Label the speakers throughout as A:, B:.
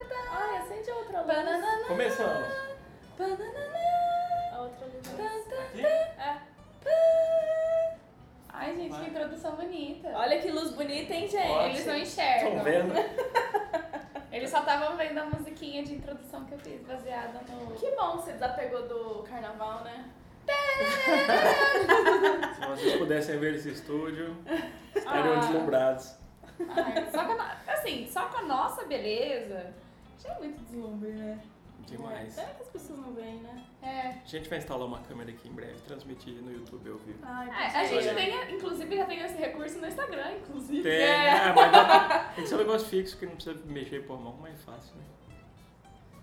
A: Ai, acende a outra luz. Banana.
B: Começamos.
A: A outra luz.
B: Aqui?
A: É. Pã. Ai, gente, que introdução bonita.
C: Olha que luz bonita, hein, gente?
B: Olha,
A: Eles não
B: Estão
A: enxergam.
B: vendo?
A: Eles só estavam vendo a musiquinha de introdução que eu fiz, baseada no.
C: Que bom que você desapegou do carnaval, né?
B: Se vocês pudessem ver esse estúdio, estariam
A: Ah.
B: deslumbrados.
A: Ai, só com a no- assim, só com a nossa beleza.
C: Já é muito deslumbre, né?
B: Demais.
C: É, Pena que as pessoas não veem, né?
A: É.
B: A gente vai instalar uma câmera aqui em breve, transmitir no YouTube ao vivo.
C: Ai,
A: É, a gente
B: Olha.
A: tem, inclusive, já tem esse recurso no Instagram, inclusive.
B: Tem,
A: É.
B: ah, mas dá- tem que ser um negócio fixo que não precisa mexer por mão, mas é fácil, né?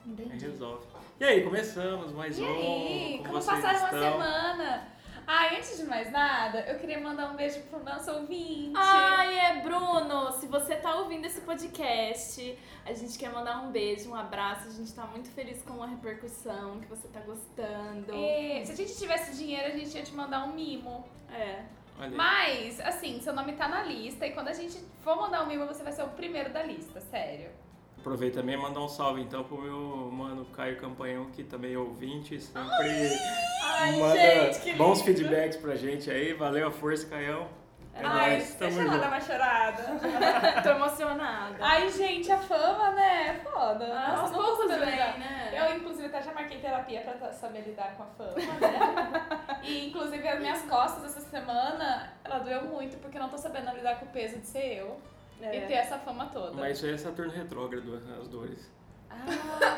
B: Aí
A: Entendi.
B: resolve. E aí, começamos mais
A: E
B: um.
A: aí, como
B: vocês
A: passaram uma
B: estão?
A: semana? Ai, antes de mais nada, eu queria mandar um beijo pro nosso ouvinte.
C: Ai, é Bruno! Se você tá ouvindo esse podcast, a gente quer mandar um beijo, um abraço. A gente tá muito feliz com a repercussão, que você tá gostando.
A: É, se a gente tivesse dinheiro, a gente ia te mandar um mimo.
C: É.
B: Olha aí.
A: Mas, assim, seu nome tá na lista e quando a gente for mandar um mimo, você vai ser o primeiro da lista, sério.
B: Aproveita também e mandar um salve então pro meu mano Caio Campanhão, que também é ouvinte, sempre
C: Ai,
B: manda
C: gente, que lindo.
B: bons feedbacks pra gente aí. Valeu a força, Caião. É
A: Ai,
B: nóis, tamo
A: deixa ela dar
B: junto.
A: uma chorada.
C: Tô emocionada.
A: Ai, gente, a fama, né? Foda.
C: Ah,
A: Nossa,
C: aos
A: poucos
C: poucos
A: também.
C: vem, né?
A: Eu, inclusive, até já marquei terapia pra ta- saber lidar com a fama, né? e, inclusive, as minhas costas essa semana, ela doeu muito porque eu não tô sabendo lidar com o peso de ser eu e ter
C: É.
A: essa fama toda.
B: Mas isso aí é Saturno retrógrado, as dores.
A: Ah,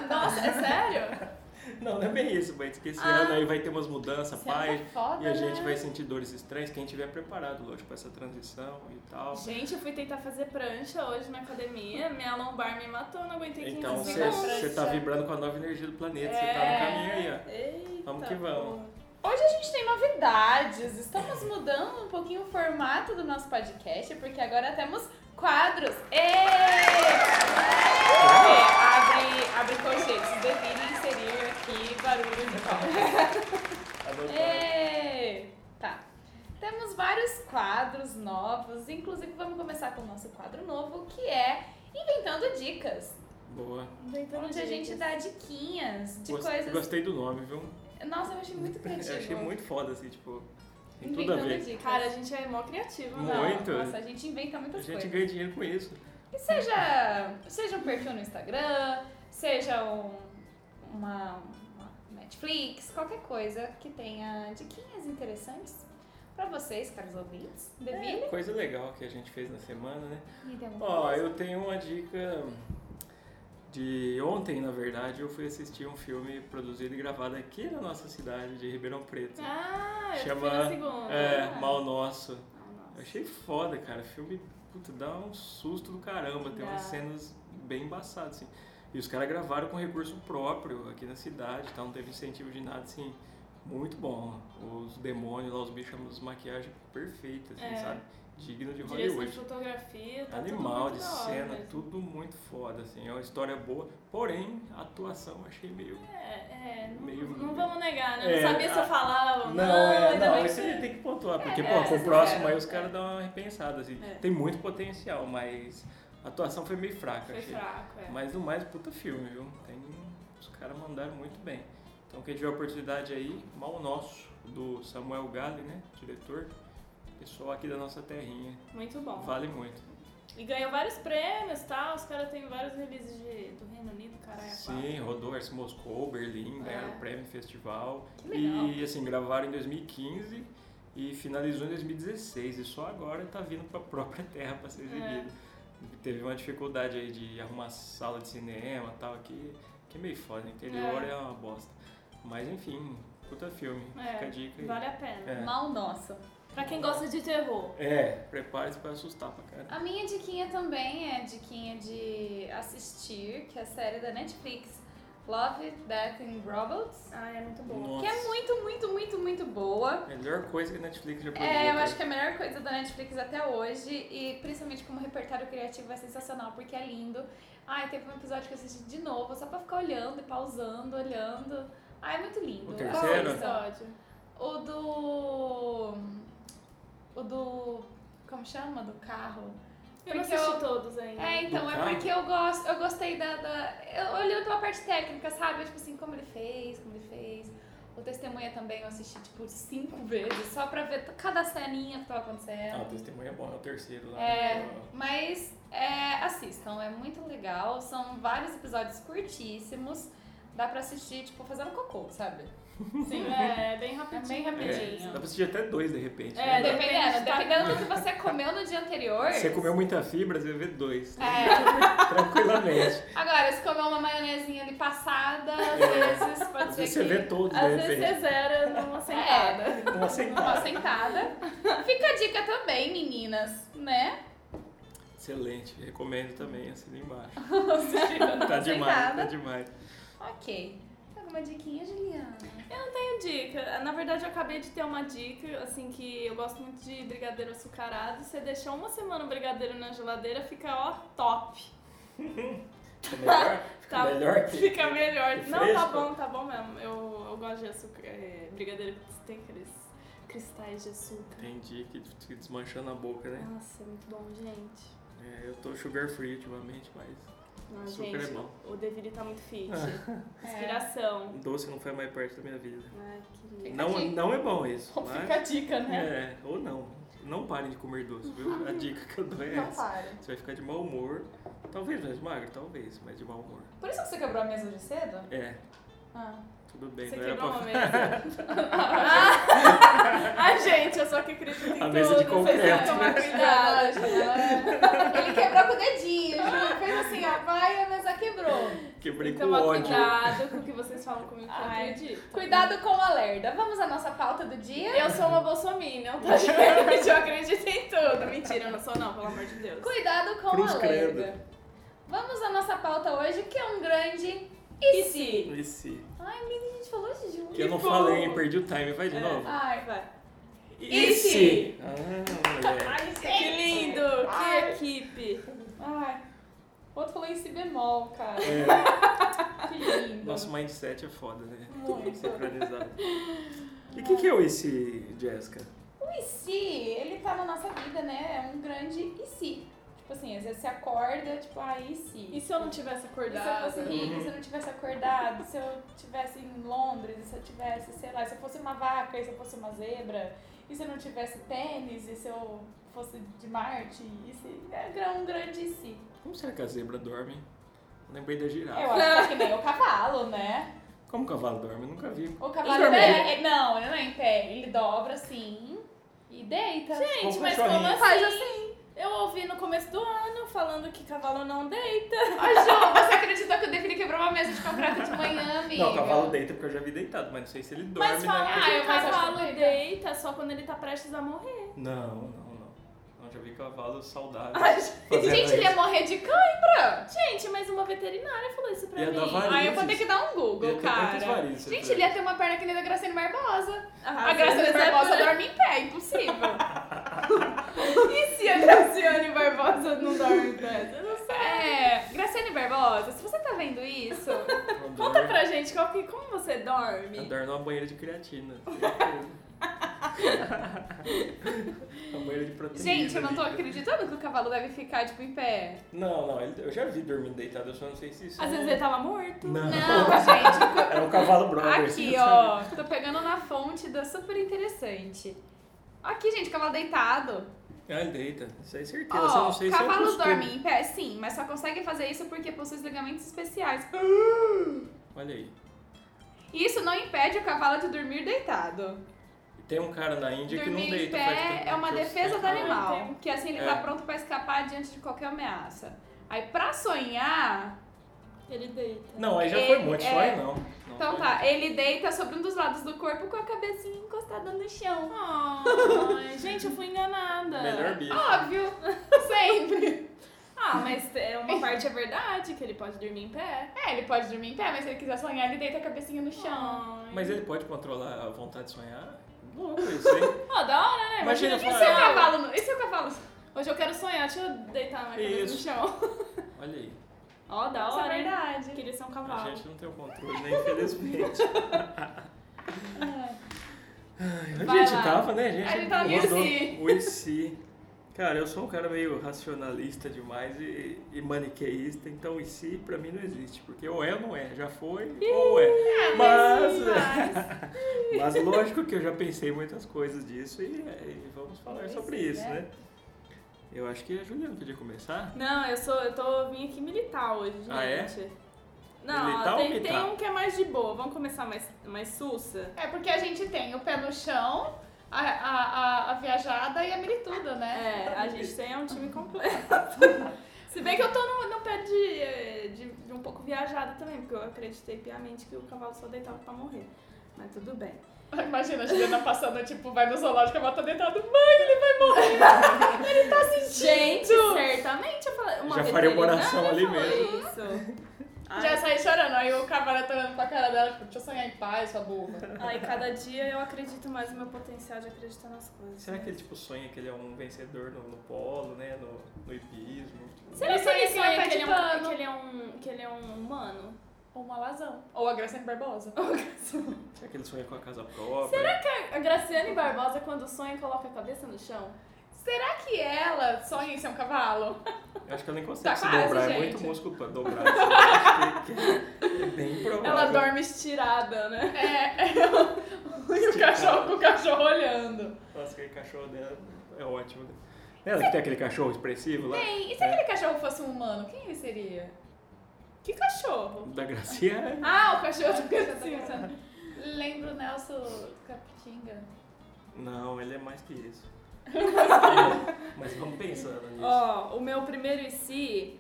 A: nossa, é sério?
B: Não, não é bem isso, mas que esse
C: Ah.
B: ano aí vai ter umas mudanças,
A: Você é
B: pai.
A: uma foda,
B: E a gente
A: né?
B: vai sentir dores estranhas, quem tiver preparado, lógico, pra essa transição e tal.
C: Gente, eu fui tentar fazer prancha hoje na academia. Minha lombar me matou, não aguentei 15
B: Então
A: você-
C: segundos.
B: você tá vibrando com a nova energia do planeta, você tá no caminho aí, ó.
C: Eita,
B: Vamos que vamos.
C: pô.
A: É. Hoje a gente tem novidades. Estamos mudando um pouquinho o formato do nosso podcast, porque agora temos quadros. Ê! Abre, abre colchetes, define inserir aqui barulho de palmas.
B: Tá
A: É.
B: Adotado.
A: Ê! Tá. Temos vários quadros novos, inclusive vamos começar com o nosso quadro novo, que é Inventando Dicas.
B: Boa.
C: Inventando
A: Onde a gente
C: dicas.
A: dá diquinhas de
B: Gost-
A: coisas.
B: Gostei do nome, viu?
A: Nossa, eu achei muito criativo.
B: Eu achei muito foda, assim, tipo, tem tudo a
A: Inventando
B: ver.
A: dicas.
C: Cara, a gente é mó criativo, né?
A: Não,
B: Muito.
A: Nossa, a gente inventa
B: A
A: muitas
B: gente
A: coisas.
B: ganha dinheiro com isso.
A: E seja, seja um perfil no Instagram, seja um, uma, uma Netflix, qualquer coisa que tenha diquinhas interessantes pra vocês, caros ouvintes.
B: É.
A: Devine.
B: Coisa legal que a gente fez na semana, né?
A: Me dê um uma
B: Ó,
A: coisa.
B: eu tenho uma dica de ontem, na verdade, eu fui assistir um filme produzido e gravado aqui na nossa cidade de Ribeirão Preto.
C: Ah, eu
B: Chama-
C: fui na segunda.
B: É, Mal Nosso.
C: Ah, nossa.
B: Eu achei foda, cara. O filme, puta, dá um susto do caramba. Tem
C: Dá.
B: umas cenas bem embaçadas, assim. E os caras gravaram com recurso próprio aqui na cidade, tá? Não teve incentivo de nada, assim. Muito bom. Os demônios lá, os bichos, as maquiagens perfeitas, assim,
C: É.
B: sabe? Digno de
C: Direção
B: Hollywood.
C: de fotografia, tá
B: Animal
C: tudo
B: de
C: muito da hora
B: cena,
C: mesmo.
B: tudo muito foda, assim. É uma história boa, porém, a atuação eu achei meio.
C: É, é, não,
B: Meio-
C: não vamos negar, né?
B: É,
C: não sabia se eu
B: a-
C: falava ou não.
B: é,
C: ainda
B: não,
C: bem
B: isso
C: que-
B: aí tem que pontuar, porque,
A: É,
B: pô,
A: é,
B: com
A: vocês
B: o próximo
A: fizeram,
B: aí os
A: é.
B: caras dão uma repensada, assim.
C: É.
B: Tem muito potencial, mas a atuação foi meio fraca,
C: Foi
B: achei.
C: fraco, é.
B: Mas no mais, puta filme, viu? Tem, os caras mandaram muito bem. Então quem tiver oportunidade aí, mal nosso, do Samuel Gale, né? Diretor. Pessoal aqui da nossa terrinha.
C: Muito bom.
B: Vale muito.
C: E ganhou vários prêmios, tá? Os caras têm vários releases de- do Reino Unido, caralho.
B: Sim, rodou Arce Moscou, Berlim,
C: É.
B: ganharam o prêmio festival.
C: Que legal.
B: E assim, gravaram em 2015 e finalizou em 2016. E só agora tá vindo pra própria terra pra ser exibido. Teve uma dificuldade aí de arrumar sala de cinema e tal, que, que é meio foda. Interior é.
C: É.
B: uma bosta. Mas enfim, puta filme.
C: É,
B: Fica a dica aí.
C: Vale a pena.
B: É.
A: Mal nosso.
C: Pra quem gosta de terror.
B: É, prepare-se pra assustar pra cara.
A: A minha diquinha também é diquinha de assistir, que é a série da Netflix, Love, Death and Robots,
C: Ah, é muito
B: Nossa.
A: que é muito, muito, muito, muito boa.
B: Melhor coisa que a Netflix já produziu.
A: É, eu acho que é a melhor coisa da Netflix até hoje, e principalmente como repertório criativo é sensacional, porque é lindo. Ai, teve um episódio que eu assisti de novo, só pra ficar olhando e pausando, olhando. Ai, é muito lindo.
B: O
C: Qual é o
B: Terceiro?
C: episódio?
A: O do. O do. Como chama? Do carro.
C: Eu não
A: Porque
C: assisti
A: eu-
C: todos ainda.
A: É, então,
B: Do
A: é
B: carro?
A: porque eu gosto, eu gostei da, da- Eu olhando pela parte técnica, sabe? Tipo assim, como ele fez, como ele fez. O testemunha também eu assisti, tipo, cinco vezes, só pra ver cada ceninha que tava
B: Ah, o
A: acontecendo.
B: testemunho é bom, é o terceiro lá.
A: É,
B: né, que
A: mas é, assistam, é muito legal. São vários episódios curtíssimos. Dá pra assistir, tipo, fazendo cocô, sabe?
C: Sim, é bem
A: É
C: rapidinho.
A: bem
B: é o- É, dá
A: rapidinho.
B: pra assistir até dois de repente.
C: É,
B: né?
A: Dependendo,
C: depende da-
A: dependendo do que você comeu no dia anterior.
B: Se você comeu muita fibra, você vê dois.
A: É,
B: Tranquilamente.
A: agora, se comer uma maionezinha ali passada, às vezes pode
B: É. Às
A: ser
B: vezes você
A: que...
B: vê todos,
C: Às
B: né?
C: vezes você zera numa sentada.
A: É,
B: Uma
A: uma
B: sentada.
A: sentada. Fica a dica também, meninas, né?
B: Excelente, recomendo também, assina embaixo.
A: Assistindo numa
B: Tá demais, tá
A: sentada.
B: demais.
A: Ok. Alguma diquinha, Juliana?
C: Tenho dica. Na verdade, eu acabei de ter uma dica, assim, que eu gosto muito de brigadeiro açucarado. Você deixar uma semana o brigadeiro na geladeira, fica ó, top.
B: Fica melhor, fica
C: Tá-
B: melhor que.
C: Fica melhor.
B: que
C: Não,
B: fresco.
C: tá bom, tá bom mesmo. Eu, eu gosto de açúcar. é, brigadeiro que tem aqueles cristais de açúcar.
B: Entendi, que fica desmanchando a boca, né?
C: Nossa, é muito bom, gente.
B: É, eu tô sugar free ultimamente, mas
C: Não,
B: Açúcar
C: Ah, gente,
B: é bom. Ah. Um
C: o Deville tá muito fit.
A: É.
C: Inspiração.
B: doce não faz mais parte da minha vida.
C: Ai, que lindo.
A: Fica
B: Não,
A: aqui.
B: não é bom isso.
C: Bom,
B: mas-
C: Fica a dica, né?
B: É, ou não. Não parem de comer doce, viu? A dica que eu dou é essa.
A: Então para.
B: Você vai ficar de mau humor. Talvez mais magro, talvez, mas de mau humor.
A: Por isso que você quebrou a mesa de cedo?
B: É,
A: Ah.
B: tudo bem. né?
C: Você
B: não era
C: quebrou
B: pra...
C: uma mesa. Ai, gente, eu só que acredito em
B: A
C: tudo.
B: mesa de
C: vocês têm que
B: concreto,
C: tomar
A: Cuidado,
C: cuidado.
A: Juliana. Ele quebrou com o dedinho, Ju. Fez assim, ó, vai e a mesa quebrou.
B: Quebrei
C: Tem que
B: com
C: tomar
B: ódio.
C: cuidado com o que vocês falam comigo, que eu
A: Ai,
C: acredito.
A: Cuidado com o alerta. Vamos à nossa pauta do dia?
C: Eu sou uma bolsominion, tá, gente? Eu acredito em tudo. Mentira, eu não sou não, pelo amor de Deus.
A: Cuidado com
B: Cruz
A: o alerta. Vamos à nossa pauta hoje, que é um grande e se.
B: Esse.
A: Ai, menina, a gente falou junto.
B: Que eu não
C: bom.
B: falei, hein? perdi o time. Vai de
C: É.
B: novo.
A: Ai,
C: Vai.
A: e se?
B: Ah, moleque.
C: Ai, que lindo!
A: Ai.
C: Que equipe!
A: ai. O outro falou em si bemol, cara.
B: É,
A: Que lindo.
B: nosso mindset é foda, né?
A: Muito.
B: Sincronizado. E o que, que é o esse, Jéssica?
A: O e se, ele tá na nossa vida, né? É um grande e se. Tipo assim, às vezes você acorda, tipo, ah, e se?
C: E se eu não tivesse
A: E se eu
C: acordado?
A: fosse
B: Uhum.
A: rica, se eu não tivesse acordado, se eu tivesse em Londres, e se eu tivesse, sei lá, se eu fosse uma vaca, e se eu fosse uma zebra, e se eu não tivesse tênis, e se eu fosse de Marte, e se... É um grande e se.
B: Como será que a zebra dorme? Eu lembrei da
A: Eu
B: girafa.
A: acho que é que nem o cavalo, né?
B: Como o cavalo dorme? Eu nunca vi.
A: O cavalo...
B: Em pé?
A: É, é- não, ele não é em pé. Ele dobra assim e deita.
C: Gente,
B: Como
C: mas
B: cachorrinho.
C: como assim?
A: Faz
C: Eu ouvi no começo do ano falando que cavalo não deita.
A: Ai, João, você acreditou que o Define quebrou uma mesa de concreto de manhã, amiga?
B: Não, o cavalo deita porque eu já vi deitado, mas não sei se ele dorme, né?
C: Mas falam
A: Ah,
C: que
A: eu-
C: o
A: mas acho que
C: cavalo
A: não deita.
C: deita só quando ele tá prestes a morrer.
B: né? Não, não, não. Não, já vi cavalo saudável. fazendo
A: Gente, ele é
B: isso.
A: ia morrer de cãibra.
C: Gente, mas uma veterinária falou isso pra
B: Ia
C: mim.
B: dar varizes.
A: Ai, eu vou ter que dar um Google,
B: Ia ter muitas
A: cara.
B: varizes,
A: Gente,
B: né?
A: ele ia ter uma perna que nem da Graciane Barbosa.
C: Ah,
A: a Graciane
C: às vezes é
A: Barbosa
C: por-
A: dorme em pé, impossível.
C: E se a Graciane Barbosa não dorme tanto? Eu não sei.
A: é, Graciane Barbosa, se você tá vendo isso,
B: Eu
C: Conta
B: dormo-
C: pra gente qual que- como você dorme.
B: Eu dormo numa banheira de creatina. Uma banheira de proteína.
A: gente, eu não tô
B: líquida.
A: acreditando que o cavalo deve ficar, tipo, em pé.
B: Não, não, ele- eu já vi dormindo deitado, eu só não sei se isso. é um-
C: Às vezes ele tava morto.
B: Não,
A: é- Não, gente.
B: era um cavalo brother.
A: Aqui,
B: assim, sabe?
A: ó. Tô pegando na fonte da super interessante. Aqui, gente, cavalo deitado.
B: Ah, ele deita, isso aí é certeza. eu só
A: Ó,
B: não sei se é um
A: cavalos
B: costume.
A: dormem em pé, sim, mas só conseguem fazer isso porque possuem ligamentos especiais.
B: Olha aí.
A: Isso não impede o cavalo de dormir deitado.
B: E Tem um cara na Índia
A: dormir
B: que não
A: em
B: deita. faz
A: pé
B: tempo
A: é uma
B: que eu
A: defesa
B: sei.
A: do animal,
C: Tem.
A: que assim ele
B: É.
A: tá pronto pra escapar diante de qualquer ameaça. Aí pra sonhar,
D: Ele deita.
B: Não, aí já foi
A: Ele-
B: muito,
A: é.
B: só aí não. Não
A: Então
B: foi
A: tá, ele deita sobre um dos lados do corpo com a cabecinha encostada no chão.
C: Ai, gente, eu fui enganada.
B: muito. Melhor bife.
A: Óbvio, sempre.
C: Ah, mas é, uma parte é verdade, que ele pode dormir em pé.
A: É, ele pode dormir em pé, mas se ele quiser sonhar, ele deita a cabecinha no chão.
C: Ai.
B: Mas é- ele pode controlar a vontade de sonhar? Louco isso, hein?
C: Ó, da hora, né?
B: Imagina
C: Imagina
A: E
B: falar-
A: se o cavalo... não- E se o cavalo...
C: Hoje eu quero sonhar, deixa eu deitar na cabeça no
B: Isso.
C: chão.
B: Olha aí.
C: Ó, da
A: Isso é
C: hora. hein?
A: verdade.
C: Queria ser um
B: A
C: cavalo.
B: gente não tem o controle, né? Infelizmente. Onde
A: Vai
B: a gente
A: lá.
B: tava, né? A gente,
A: A gente tava no
B: rodou
A: IC.
B: o IC. Cara, eu sou um cara meio racionalista demais e, e maniqueísta, então o IC pra mim não existe, porque ou é ou não é, já foi ou é. Mas, é. mas lógico que eu já pensei muitas coisas disso e, é, e vamos falar
A: Pois
B: sobre
A: é.
B: isso, né? Eu acho que a Juliana podia começar.
C: Não, eu sou. Eu tô vim aqui militar hoje, gente.
B: Ah, é?
C: Não,
B: Militar ou
C: tem,
B: militar?
C: tem um que é mais de boa. Vamos começar mais, mais sussa?
A: É porque a gente tem o pé no chão, a, a, a, a viajada e a milituda, né?
C: É, a gente tem um time completo. Se bem que eu tô no, no pé de, eh, de, de um pouco viajada também, porque eu acreditei piamente que o cavalo só deitava pra morrer. Mas tudo bem.
A: Imagina a Juliana passando, tipo, vai no zoológico, ela tá deitada. Mãe, ele vai morrer! ele tá sentindo!
C: Gente, certamente eu falei. Uma
B: Já faria uma
C: veterinária
B: oração ali
C: falou
B: mesmo.
C: Isso.
A: Já
C: Ai,
A: saí chorando, aí o cavalo tá olhando pra cara dela, tipo, deixa eu sonhar em paz, sua burra.
C: ai, cada dia eu acredito mais no meu potencial de acreditar nas coisas. né?
B: Será que ele tipo, sonha que ele é um vencedor no, no polo, né? No, no hipismo? tipo?
C: Será que
A: Ele
C: ele
A: sonha que
C: sonha
A: é
C: que ele, é um,
A: pano.
C: que, ele é um, que ele é um humano?
A: Ou uma lazão. Ou a Graciane Barbosa.
B: Será que ele sonha com a casa própria?
C: Será que a Graciane Barbosa, quando sonha, coloca a cabeça no chão?
A: Será que ela sonha em ser um cavalo?
B: Eu acho que ela nem consegue
A: Tá
B: se
A: quase,
B: dobrar, é
A: gente.
B: muito músculo pra dobrar. assim, eu acho que- que é bem provável.
C: Ela dorme estirada, né?
A: É. e o cachorro com o cachorro olhando.
B: Nossa, aquele cachorro dela é ótimo. né? Não é Ela que tem aquele cachorro expressivo lá? É.
A: Tem. E
C: é
A: se aquele cachorro fosse um humano, quem ele seria? Que cachorro?
B: Da Graciane.
A: Ah, o
C: É,
A: cachorro do Cassiano. assim, Lembro o Nelson Capitinga.
B: Não, ele é mais que isso. Mas vamos pensando nisso.
C: Ó, o meu primeiro e se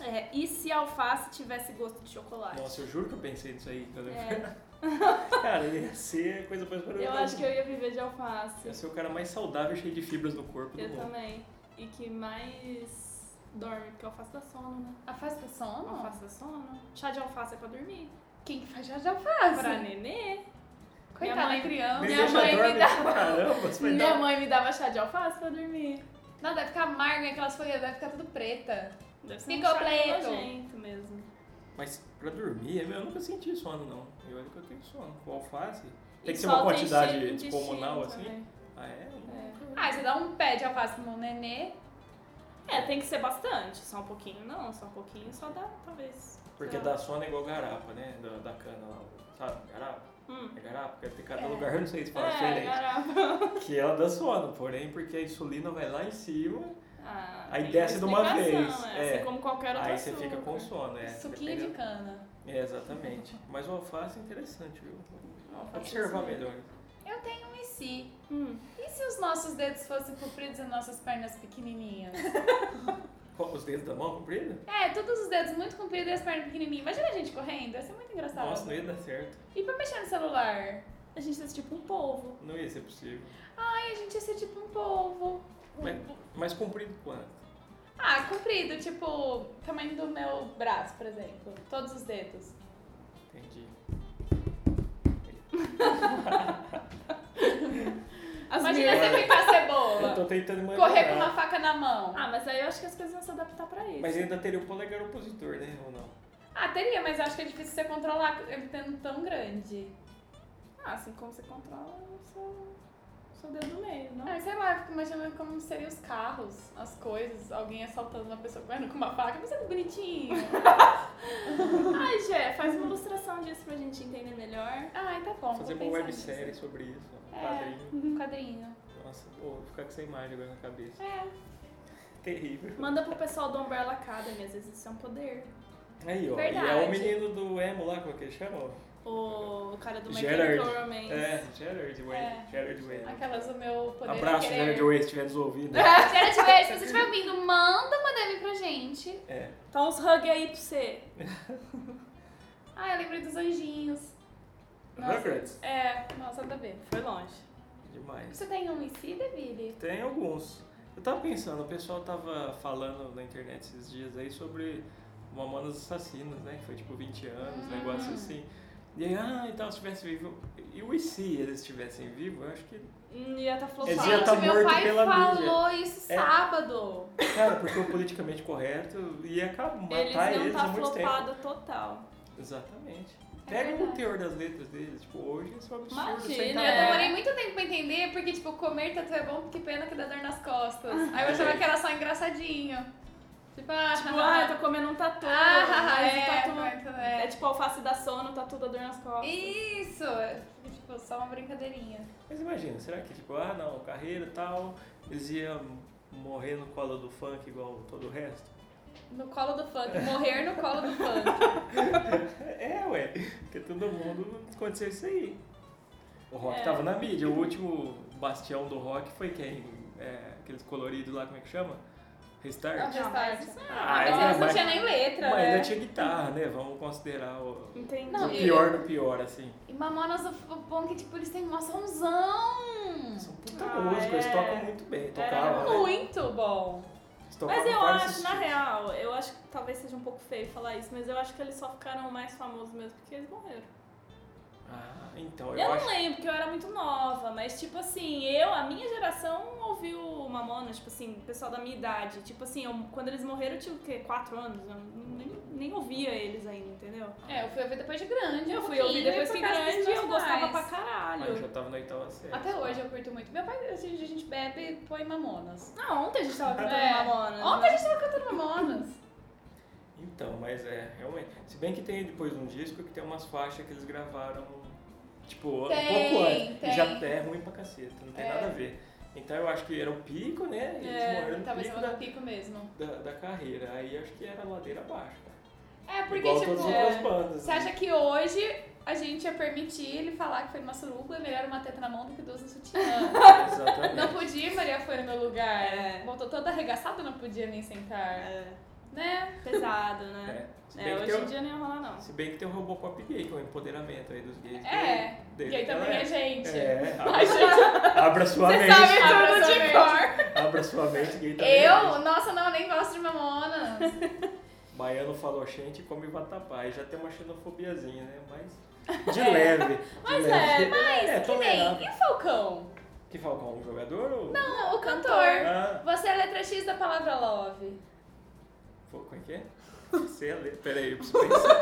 C: é e se a alface tivesse gosto de chocolate?
B: Nossa, eu juro que eu pensei nisso aí. Quando eu...
C: É,
B: Cara, ia ser coisa mais
C: eu
B: maravilhosa.
C: acho que eu ia viver de alface.
B: Ia ser o cara mais saudável e cheio de fibras no corpo do
C: Eu
B: mundo.
C: também. E que mais dorme, porque alface dá sono, né?
A: Afasta sono?
C: Alface dá sono. Chá de alface é pra dormir.
A: Quem que faz já já faz.
C: Pra nenê.
A: Coitada
C: mãe-
A: da criança.
B: Nem
C: Minha
B: deixa
C: mãe me tá
B: dorme.
C: dá-
B: Caramba, você vai
C: Minha
B: dar...
C: mãe me dava chá de alface pra dormir.
A: Não, deve ficar amarga, né, aquelas folhas devem ficar tudo preta.
C: Deve ser um
A: Ficou
C: chá
A: preto.
C: nojento mesmo.
B: um- Mas pra dormir, é eu nunca senti sono, não. Eu acho que eu tenho sono. Com alface...
C: E
B: Tem que ser
C: só
B: uma quantidade
C: cheiro de
B: descomunal,
C: cheiro
B: assim?
C: também.
B: Ah, é?
A: Ah, você dá um pé de alface no nenê.
C: É. É, tem que ser bastante. Só um pouquinho não, só um pouquinho só dá, talvez.
B: Porque
C: Sei lá.
B: dá sono é igual garapa, né? Da, da cana lá. Sabe? Garapa?
C: Hum.
B: É garapa? Porque tem cada
A: É.
B: lugar, eu não sei se fala
C: É,
B: diferente.
C: garapa.
B: Que ela dá sono, porém, porque a insulina vai lá em cima,
C: Ah,
B: Aí
C: tem
B: desce de uma
C: explicação,
B: vez,
C: É,
B: é.
C: assim como qualquer outro
B: aí você fica
C: açúcar.
B: com sono, é.
A: Suquinho de
B: dependendo-
A: cana.
B: É, exatamente. Mas o alface é interessante, viu?
C: Alface
B: Observar
C: é
B: melhor.
A: Eu tenho um e se.
C: Hum.
A: E se os nossos dedos fossem compridos e nossas pernas pequenininhas?
B: Qual, Os dedos da mão comprida?
A: é, todos os dedos muito compridos e as pernas pequenininhas. Imagina a gente correndo, ia ser muito engraçado.
B: Nossa, não ia dar certo.
A: E pra mexer no celular?
C: A gente desse tipo um polvo.
B: Não ia ser possível.
A: Ai, a gente ia ser tipo um polvo.
B: Mas, mas comprido quanto?
A: Ah, comprido, tipo, tamanho do meu braço, por exemplo. Todos os dedos.
B: Entendi.
A: Imagina
C: minhas-
A: você picar
B: Eu
A: cebola.
B: tô tentando maneirar.
A: Correr com uma faca na mão.
C: Ah, mas aí eu acho que as coisas vão se adaptar pra isso.
B: Mas ainda teria o polegar opositor, né? Ou não?
A: Ah, teria, mas eu acho que é difícil você controlar ele tendo tão grande.
C: Ah, assim como você controla o seu, o seu dedo do meio, não?
A: Ah, sei lá, eu fico imaginando como seriam os carros, as coisas, alguém assaltando uma pessoa correndo com uma faca. Mas é bonitinho.
C: Ai, Gé, faz uma ilustração disso pra gente entender melhor.
A: Ai, tá bom.
B: Fazer
A: vou
B: uma
A: pensar
B: websérie sobre isso. Um
A: É.
B: quadrinho.
A: nisso. Um quadrinho.
B: Nossa, pô, vou ficar com essa imagem agora na cabeça.
A: É,
B: Terrível.
C: Manda pro pessoal do Umbrella Academy, às vezes isso é um poder.
B: Aí, ó.
A: Verdade.
B: E é o menino do emo lá, como é que ele chama?
C: O cara do Michael
B: Gerard.
C: Tormans.
B: É, Gerard Way.
A: É.
B: Gerard Way. né?
A: aquelas do meu poder de
B: Abraço,
A: querer.
B: Gerard Way, se tiver nos ouvindo.
A: Gerard Way, se você estiver ouvindo, manda uma DM pra gente.
B: É.
C: Então uns hug aí pra você.
A: Ah, eu lembrei dos anjinhos. Nossa.
B: Rugrats?
C: É, nossa, tá bem, foi longe.
B: Demais.
A: Você tem um em si, Deville?
B: Tem alguns. Eu tava pensando, o pessoal tava falando na internet esses dias aí sobre Mamonas Assassinas, né? Que foi tipo 20 anos,
A: Hum.
B: negócio assim. E aí, ah, então se tivesse vivo. E o e se eles estivessem vivos, eu acho que.
C: Hum, Ia tá
B: Ele
C: flopado.
B: já
A: Gente,
B: tá
A: meu
B: morto
A: pai
B: pela
A: falou isso
B: É.
A: sábado.
B: Cara, porque o politicamente correto ia acabar,
C: Eles
B: matar
C: iam
B: eles há
C: tá
B: muito tempo.
C: flopado total.
B: Exatamente.
A: É
B: Pega o
A: verdade.
B: teor das letras deles. Tipo, hoje é só um absurdo. sem
C: Imagina,
A: Eu
C: É.
B: tamanho.
A: demorei muito tempo pra entender, porque, tipo, comer tatu é bom porque pena que dá dor nas costas. Aí eu achava que era só engraçadinho. Tipo, ah,
C: Ah. Tipo, ah, eu tô comendo um tatu.
A: Ah,
C: mas
A: é,
C: o tatu-
A: mas, é.
C: é. tipo alface da sono, tatu da dor nas costas.
A: Isso! Tipo, só uma brincadeirinha.
B: Mas imagina, será que tipo, ah não, carreira e tal, eles iam morrer no colo do funk igual todo o resto?
A: No colo do funk. Morrer no colo do funk.
B: É, ué, porque todo mundo aconteceu isso aí. O rock
C: É.
B: tava na mídia, o último bastião do rock foi quem? É, aqueles coloridos lá, como é que chama?
A: Não,
B: Restart?
C: Não,
A: mas
C: mas-
A: isso não.
B: Ah,
A: Mas
B: é,
A: elas não
B: mas-
A: tinha nem letra,
B: Mas ainda
A: né?
B: tinha guitarra, né? Vamos considerar o,
C: Entendi.
A: Não,
B: o
A: e-
B: pior do pior, assim.
A: E Mamonas o o bom que, tipo, eles têm uma somzão.
B: São puta
C: Ah,
B: música, eles
C: é.
B: tocam muito bem, tocavam, né?
A: Muito bom.
B: Eles tocavam
C: Mas eu
B: vários
C: acho, na
B: estilos.
C: real, eu acho que talvez seja um pouco feio falar isso, mas eu acho que eles só ficaram mais famosos mesmo porque eles morreram.
B: Ah, então,
C: Eu,
B: eu
C: não
B: acho...
C: lembro, porque eu era muito nova, mas tipo assim, eu, a minha geração ouviu Mamonas, tipo assim, o pessoal da minha idade. Tipo assim, eu- quando eles morreram eu tinha o quê? Quatro anos? Eu nem, nem ouvia eles ainda, entendeu?
A: É, eu fui ouvir depois de grande.
C: Eu
A: um
C: fui ouvir
A: pouquinho,
C: depois
A: por
C: que
A: causa dos
C: grande
A: meus
C: eu gostava
A: pais.
C: pra caralho.
B: Mas eu já tava na oitava série. assim.
A: Até hoje eu curto muito. Meu pai, assim, a gente bebe e põe mamonas.
C: Não, ontem a gente tava cantando
A: É.
C: Mamonas.
A: Ontem a gente tava cantando mamonas.
B: Então, mas é, realmente. Se bem que tem depois um disco que tem umas faixas que eles gravaram, tipo,
A: Tem,
B: um pouco antes.
A: tem.
B: E já é ruim pra caceta, não tem
A: É.
B: nada a ver. Então eu acho que era o pico, né? Eles morreram
A: É,
B: no
A: talvez
B: pico
A: eu
B: da,
A: no pico mesmo.
B: da, da carreira. Aí acho que era ladeira abaixo.
A: É, porque,
B: Igual
A: tipo,
B: todas as
C: é,
B: outras bandas. né?
A: você acha que hoje a gente ia permitir ele falar que foi uma suruba é melhor uma teta na mão do que duas no sutiã?
B: Exatamente.
A: não podia, Maria foi no meu lugar.
C: É.
A: Voltou toda arregaçada, não podia nem sentar.
C: É,
A: Né?
C: pesado, né?
B: É. Se
C: É,
B: bem que
C: hoje
B: tem
C: em
B: o-
C: dia não ia rolar, não.
B: Se bem que tem o Robocop gay, que é o empoderamento aí dos gays.
A: É.
B: Dele,
A: E aí também
B: galera.
A: a gente.
B: É,
A: A
B: abra,
A: gente
B: abra sua mente.
A: sabe
C: Abra
A: tudo
C: sua
A: de
C: mente.
A: cor.
B: Abra sua mente, gay também.
A: Eu? Nossa, não, nem gosto de mamonas.
B: Baiano falou gente e come vatapá. E já tem uma xenofobiazinha, né? Mas
A: É.
B: de leve. de
C: Mas
B: leve.
C: é, mas
B: é,
A: Que nem,
B: tolerável.
A: e o Falcão?
B: Que Falcão, um jogador ou...
A: Não, o cantor.
B: Ah,
A: Você é a letra X da palavra love.
B: pô, como é que é? Você é letra... Peraí, eu preciso pensar.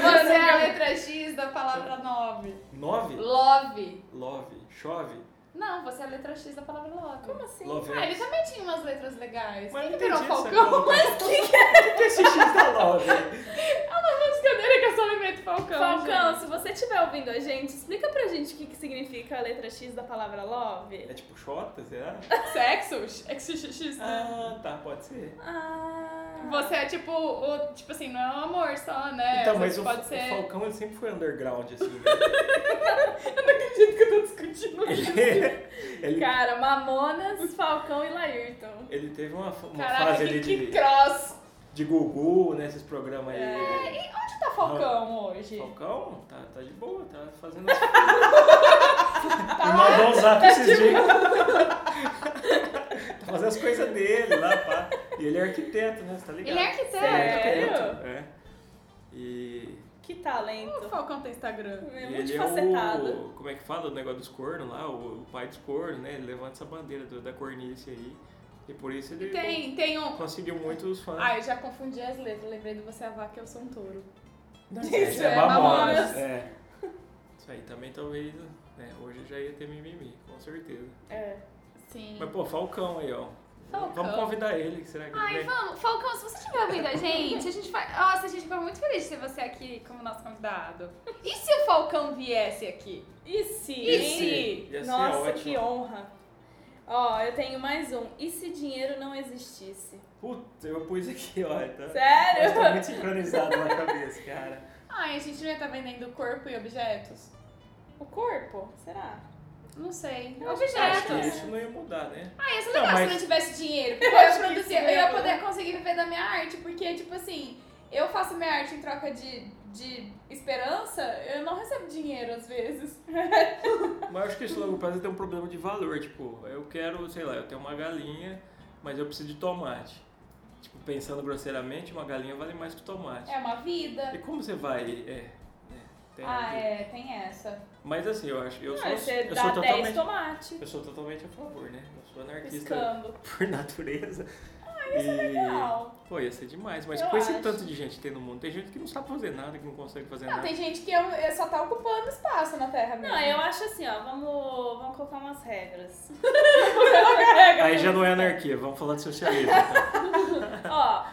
A: Você é a letra X da palavra nove.
B: Nove?
A: Love.
B: Love. Chove.
A: Não, você é a letra X da palavra love.
C: Como assim?
B: Love. é
A: Ah, ele também tinha umas letras legais.
B: Mas
A: Quem
B: não
A: que
B: entendi
A: virou
B: essa
A: Falcão?
B: colocação.
A: Mas que
B: O que é esse X da Love?
A: é uma música dele que eu só lembrei do Falcão.
C: Falcão,
A: gente.
C: se você estiver ouvindo a gente, explica pra gente o que, que significa a letra X da palavra
B: É
C: love.
B: tipo Xota, será?
A: Sexo? XXX, né?
B: Ah, tá, pode ser.
C: Ah.
A: Você é tipo, o, tipo assim, não é um amor só, né?
B: então,
A: Às
B: mas
A: vezes
B: o,
A: pode
B: o
A: ser.
B: Falcão ele sempre foi underground, assim. né?
C: Eu não acredito que eu tô discutindo isso.
B: Ele, ele,
C: Cara, Mamonas, Falcão e Laírton.
B: ele teve uma, uma
A: Caraca,
B: fase
A: que,
B: ali
A: que
B: de,
A: cross.
B: de Gugu, né? Esses programas aí.
A: É, e onde tá Falcão hoje?
B: Falcão tá, tá de boa, tá fazendo as
A: Tá
B: Me mandou um zap esses
A: Tipo-
B: dias. tá fazendo as coisas dele lá, pá. E ele é arquiteto, né? Você tá ligado?
A: Ele é arquiteto?
B: arquiteto, É. E.
C: Que
A: O
C: talento.
A: Falcão tem Instagram.
C: É
B: e ele é
C: multifacetado.
B: o. Como é que fala o negócio dos cornos lá? O, o pai dos cornos, né? Ele levanta essa bandeira do- da cornice aí. E por isso ele
A: E tem, tem um.
B: conseguiu muitos fãs.
A: Ai, já confundi as letras. Lembrei do você é a vaca, eu sou um touro.
B: Não,
A: Isso, é
B: Mamonas.
A: Mamonas.
B: É. Isso aí também talvez. Né? Hoje já ia ter mimimi, com certeza.
C: É.
A: Sim.
B: Mas, pô, Falcão aí, ó.
A: Falcão.
B: Vamos convidar ele, que será que ele
A: Ai,
B: vem?
A: vamos. Falcão, se você estiver ouvindo a gente, a gente vai. Nossa, a gente ficou muito feliz de ter você aqui como nosso convidado. E se o Falcão viesse aqui?
C: E se?
A: E
C: hein?
B: se? Ia ser
C: Nossa,
B: ótimo.
C: que honra. Ó, eu tenho mais um. E se dinheiro não existisse?
B: Puta, eu pus aqui, ó. Tá... Mas tá
C: Sério?
B: muito sincronizado na cabeça, cara.
A: Ai, a gente não ia estar vendendo corpo e objetos?
C: O corpo? Será?
A: Não sei.
C: É um
B: Acho
A: Objeto.
B: que isso não ia mudar, né?
A: Ah, ia ser
B: Não,
A: legal
B: mas-
A: se eu não tivesse dinheiro. Porque
C: Eu
A: eu, ia
C: acho que
A: produzir,
C: isso
A: eu ia
C: mesmo.
A: poder conseguir viver da minha arte. Porque, tipo assim, eu faço minha arte em troca de, de esperança, eu não recebo dinheiro às vezes.
B: Mas acho que esse longo prazo tem um problema de valor. Tipo, eu quero, sei lá, eu tenho uma galinha, mas eu preciso de tomate. Tipo, pensando grosseiramente, uma galinha vale mais que tomate.
A: É uma vida.
B: E como você vai. É. é, tem-
A: Ah, é, tem essa.
B: Mas assim, eu acho. Eu
C: Não,
B: sou,
C: Ah, você
B: eu
C: dá
B: sou
C: 10
B: totalmente.
C: tomates.
B: Eu sou totalmente a favor, né? Eu sou anarquista
C: Piscando.
B: por natureza. Ah,
C: isso é legal.
B: Pô, ia ser demais, mas
C: Eu
B: com esse
C: acho.
B: tanto de gente que tem no mundo, tem gente que não sabe fazer nada, que não consegue fazer
A: Não,
B: nada.
A: tem gente que eu- eu só tá ocupando espaço na Terra mesmo.
C: Não, eu acho assim, ó, vamos, vamos colocar umas regras.
B: Aí já não é anarquia, vamos falar de socialismo. então.
C: ó,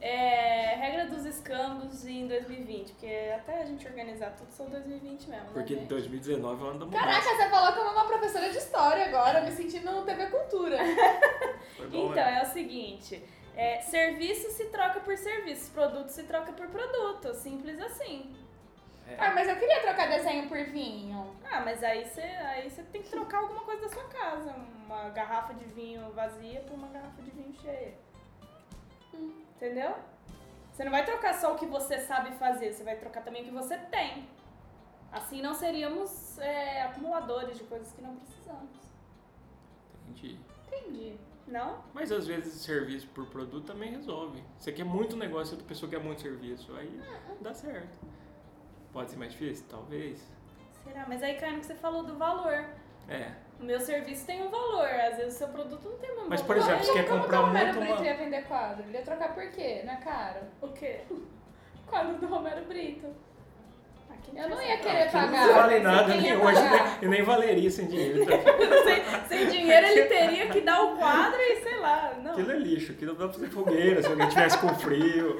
C: é, regra dos escândalos em 2020, porque até a gente organizar tudo são 2020 mesmo, né,
B: Porque
C: gente?
B: 2019 é o ano da mudança.
A: Caraca, você falou que eu não uma professora de história agora, me sentindo TV Cultura.
B: Foi bom,
C: Então,
B: né?
C: é o seguinte, é, serviço se troca por serviço, produto se troca por produto, simples assim.
B: É.
A: Ah, mas eu queria trocar desenho por vinho.
C: Ah, mas aí você aí você tem que trocar alguma coisa da sua casa, uma garrafa de vinho vazia por uma garrafa de vinho cheia.
A: Hum.
C: Entendeu? Você não vai trocar só o que você sabe fazer, você vai trocar também o que você tem. Assim não seríamos é, acumuladores de coisas que não precisamos. então.
B: Entendi.
A: Entendi.
C: Não?
B: Mas às vezes serviço por produto também resolve. Você quer muito negócio, outra pessoa quer muito serviço. Aí dá certo. Pode ser mais difícil? Talvez.
C: Será? Mas aí cai no que você falou do valor.
B: É.
C: O meu serviço tem um valor, às vezes o seu produto não tem um valor.
B: Mas, por exemplo,
A: Mas
B: você quer
A: como
B: comprar
A: que o Romero
B: muito
A: Brito
B: uma-
A: ia vender quadro? Ele ia trocar por quê? Na cara?
C: O quê?
A: Quadro do Romero Brito.
C: Ah, quem
A: Eu não
C: quer
A: ia
C: saber?
A: querer
B: Que
A: pagar.
B: Não vale nada
A: Quem
B: nem
A: ia
B: hoje,
A: pagar?
B: né? E nem valeria sem dinheiro. Então,
C: sem, sem dinheiro ele teria que dar o quadro e sei lá. Não.
B: aquilo é lixo, aquilo dá pra fazer fogueira, se alguém tivesse com frio,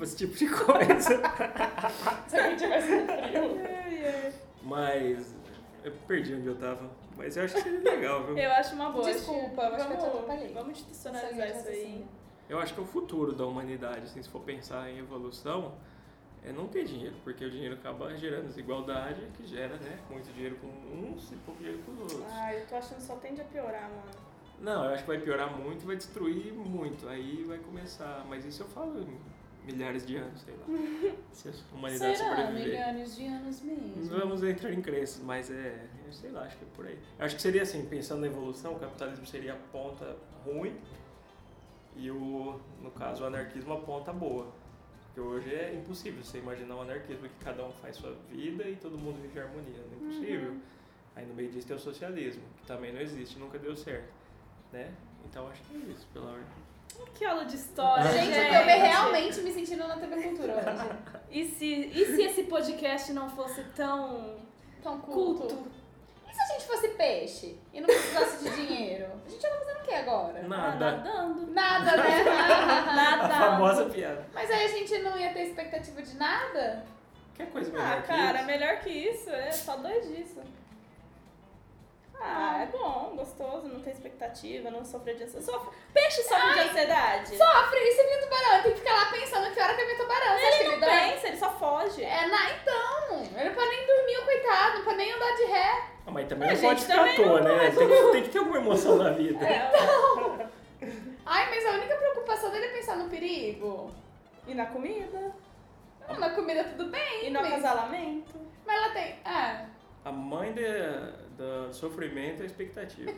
B: esse tipo de coisa.
A: Se alguém tivesse com frio.
C: Ai, ai.
B: Mas eu perdi onde eu tava. Mas eu acho que seria legal, viu?
C: Eu acho uma boa.
A: Desculpa, eu acho que eu te
C: Vamos-
A: atrapalhei.
C: Vamos institucionalizar isso aí.
B: Eu acho que é o futuro da humanidade, assim, se for pensar em evolução, é não ter dinheiro, porque o dinheiro acaba gerando desigualdade, que gera, né, muito dinheiro com uns e pouco dinheiro com os outros.
C: Ah, eu tô achando que só tende a piorar, mano.
B: Não, eu acho que vai piorar muito e vai destruir muito. Aí vai começar. Mas isso eu falo em milhares de anos, sei lá. Se a humanidade
A: Será?
B: sobreviver.
A: Milhões de anos
B: Não
A: mesmo.
B: Vamos entrar em crenças, mas é. Eu sei lá, acho que é por aí. Eu acho que seria assim, pensando na evolução, o capitalismo seria a ponta ruim e o, no caso, o anarquismo a ponta boa. Porque hoje é impossível você imaginar um anarquismo que cada um faz sua vida e todo mundo vive em harmonia. Não é impossível.
C: Uhum.
B: Aí no meio disso tem o socialismo, que também não existe, nunca deu certo. Né? Então acho que é isso, pela ordem.
C: Que aula de história,
A: Gente,
C: gente.
A: eu tô me- realmente me sentindo na TV Cultura hoje.
C: E se, e se esse podcast não fosse tão
A: Tão culto.
C: culto?
A: E se a gente fosse peixe e não precisasse de dinheiro? A gente ia tá fazendo o que agora?
C: Ah,
B: Nada.
C: nadando.
A: Nada, né?
B: A
C: Nadando.
B: famosa piada.
A: Mas aí a gente não ia ter expectativa de nada?
B: Quer coisa melhor
C: Ah,
B: que
C: cara,
B: isso?
C: melhor que isso. É só dois disso. Ah, é bom, gostoso, não tem expectativa, não sofre de ansiedade. Sofre- Peixe sofre de ansiedade.
A: Sofre, e se vir tubarão? Tem que ficar lá pensando que hora que vai vir tubarão. Você acha que
C: Ele
A: ele
C: não
A: dorme?
C: pensa, ele só foge.
A: É, na, então. Ele não pode nem dormir, o coitado. Não pode nem andar de ré.
B: Ah, mas também
C: Ah,
B: não pode
C: gente,
B: ficar à
C: também
B: toa,
C: não É,
B: né? Tem que, tem que ter alguma emoção na vida.
A: Então. Ai, mas a única preocupação dele é pensar no perigo.
C: E na comida,
A: Não, na comida tudo bem.
C: e no
A: mas-
C: acasalamento.
A: Mas ela tem... Ah.
B: A mãe da- do sofrimento é a expectativa.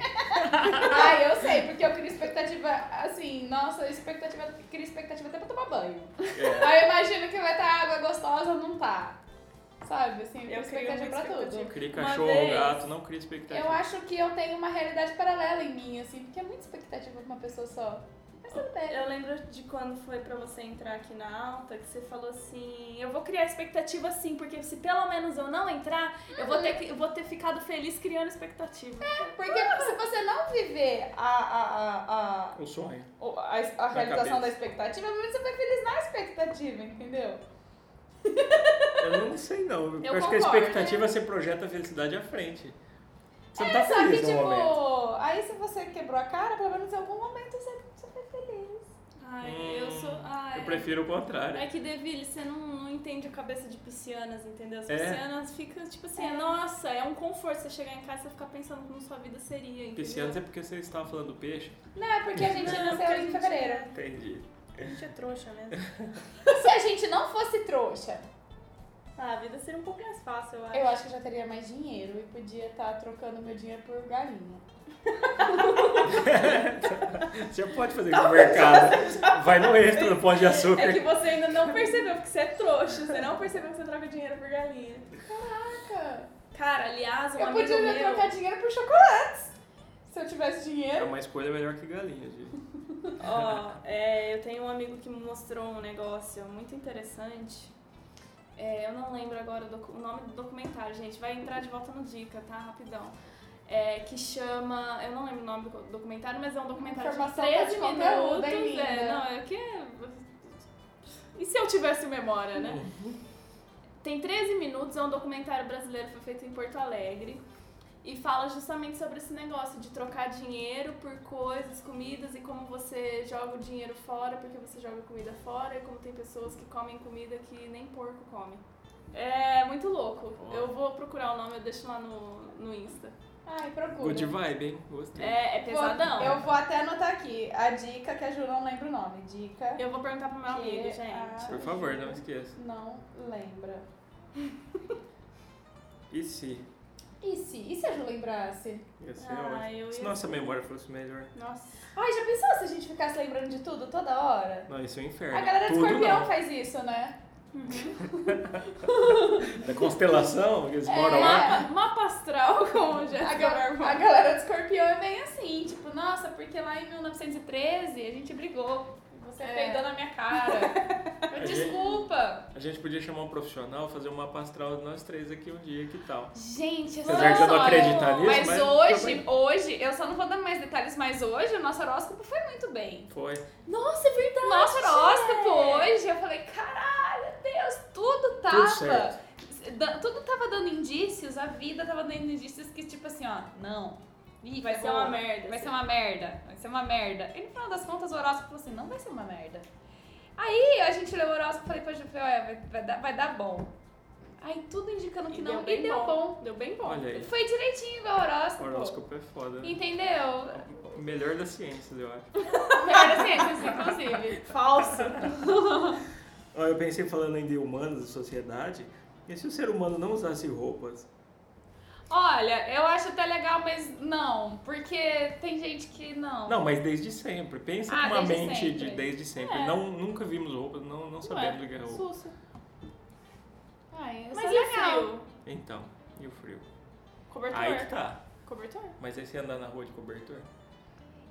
A: Ai, eu sei, porque eu queria expectativa, assim, nossa, expectativa, eu queria expectativa até pra tomar banho.
B: É.
A: Aí eu imagino que vai estar água gostosa, não tá. Sabe, assim, eu
C: Eu queria
A: expectativa
C: muito
A: pra tudo.
C: expectativa.
B: Cria
C: Uma
B: cachorro ou
C: vez-
B: gato, não cria expectativa.
A: Eu acho que eu tenho uma realidade paralela em mim, assim, porque é muita expectativa pra uma pessoa só. Mas tudo bem.
C: Eu lembro de quando foi pra você entrar aqui na alta, que você falou assim, eu vou criar expectativa sim, porque se pelo menos eu não entrar, eu vou ter, que- eu vou ter ficado feliz criando expectativa.
A: Porque se você não viver a, a, a,
B: O Um sonho.
A: a, o- a, a
B: cabeça.
A: realização da expectativa, pelo menos você vai feliz na expectativa, entendeu?
B: Eu não sei não. Eu,
A: Eu
B: acho que a
A: concordo,
B: expectativa você projeta a felicidade à frente. Você não tá
A: Só que,
B: feliz no
A: tipo,
B: momento.
A: aí se você quebrou a cara, pelo menos em algum momento você, você foi feliz.
C: Ah, Ai,
B: Hum,
C: eu sou. Ai,
B: Eu prefiro o contrário.
C: É que, Deville, você não, não entende a cabeça de piscianas, entendeu? As
B: É.
C: piscianas ficam tipo assim,
A: É.
C: nossa, é um conforto você chegar em casa e ficar pensando como sua vida seria, entendeu?
B: Piscianos é porque você estava falando do peixe.
A: Não, é porque a gente
C: Não,
A: nasceu
C: porque a
A: em
C: gente-
A: fevereiro.
B: Entendi.
C: A gente é trouxa mesmo.
A: Se a gente não fosse trouxa,
C: ah, a vida seria um pouco mais fácil, eu acho.
A: eu acho que eu já teria mais dinheiro e podia estar trocando meu dinheiro por galinha.
B: Você pode fazer isso no mercado. Tá Vai no extra do pó de
C: É que
B: açúcar.
C: você ainda não percebeu que você é trouxa, você não percebeu que você é troca dinheiro por galinha.
A: Caraca!
C: Cara, aliás, um
A: eu
C: amigo
A: podia já
C: meu...
A: trocar dinheiro por chocolates! Se eu tivesse
B: É
A: dinheiro.
B: uma escolha melhor que galinha, gente.
C: Ó, é, eu tenho um amigo que me mostrou um negócio muito interessante. É, eu não lembro agora o, docu- o nome do documentário, gente. Vai entrar de volta no Dica, tá? Rapidão. É, que chama. Eu não lembro o nome do co- documentário, mas é um documentário
A: Informação
C: de
A: tá
C: 13
A: de conteúdo, hein,
C: minutos. é,
A: linda?
C: não, é que. E se eu tivesse memória, né? Tem 13 minutos, é um documentário brasileiro que foi feito em Porto Alegre. E fala justamente sobre esse negócio de trocar dinheiro por coisas, comidas e como você joga o dinheiro fora porque você joga comida fora e como tem pessoas que comem comida que nem porco come. É muito louco.
B: Ó.
C: Eu vou procurar o nome, eu deixo lá no, no Insta.
A: Ai, procura.
B: Good vibe, hein? Gostei.
C: É, é
A: Vou-
C: pesadão.
A: Eu vou até anotar aqui a dica que a Ju não lembra o nome. Dica.
C: Eu vou perguntar pro meu
A: Que
C: amigo,
A: a-
C: gente.
B: Por favor, não esqueça.
A: Não lembra.
B: E se?
A: E se? E se a Ju lembrasse?
B: Ia ser
C: Ah, eu
B: ótimo. Se
C: ia-
B: nossa memória fosse melhor.
C: Nossa.
A: Ai, já pensou se a gente ficasse lembrando de tudo toda hora?
B: Não, isso é um inferno.
A: A galera de
B: Tudo
A: escorpião
B: não.
A: faz isso, né?
C: Uhum.
B: Da É constelação, que eles moram
A: É.
B: lá.
C: Mapa, mapa astral com o
A: A,
C: Jéssica
A: ga-
C: Barbosa.
A: a galera de escorpião é bem assim, tipo, nossa, porque lá em 1913 a gente brigou. Você
C: É.
A: peidou na minha cara.
B: A
A: Eu,
B: gente-
A: desculpa.
B: A gente podia chamar um profissional, fazer uma pastral de nós três aqui um dia, que tal?
A: Gente, essa
B: Apesar de eu não
A: história-
B: acreditar nisso,
A: Mas,
B: mas...
A: hoje, hoje, eu só não vou dar mais detalhes, mas hoje o nosso horóscopo foi muito bem.
B: Foi.
A: Nossa, é verdade. Nosso
C: É.
A: horóscopo hoje, eu falei, caralho, Deus, tudo tava.
B: certo.
A: da- tudo tava dando indícios, a vida tava dando indícios que, tipo assim, ó, não. Ih,
C: Vai ser
A: acabou.
C: uma merda. assim.
A: Vai ser uma merda, vai ser uma merda. E no final das contas, o horóscopo falou assim: não vai ser uma merda. Aí a gente leu o horóscopo e falei pra Ju, falei, olha, vai, vai dar, vai dar bom. Aí tudo indicando que
C: E
A: não,
C: deu bem
A: e deu bom.
C: Deu bem bom.
B: Olha aí.
A: Foi direitinho igual o horóscopo.
B: Horóscopo é foda. né?
A: Entendeu?
B: O melhor das ciências, eu acho.
A: Melhor das ciências, inclusive.
C: Falso.
B: Ó, Eu pensei falando ainda em humanos e sociedade, e se o ser humano não usasse roupas?
A: Olha, eu acho até legal, mas não, porque tem gente que não.
B: Não, mas desde sempre. Pensa
A: Ah,
B: com uma
A: desde
B: mente
A: sempre.
B: de desde sempre.
C: É.
B: Não, nunca vimos roupas, não, não sabemos ligar roupa.
C: Sussa.
A: Ai,
C: Mas é
A: mas
C: e o
A: legal.
C: frio?
B: Então, e o frio?
C: Cobertor.
B: Aí que tá.
C: Cobertor.
B: Mas aí você andar na rua de cobertor?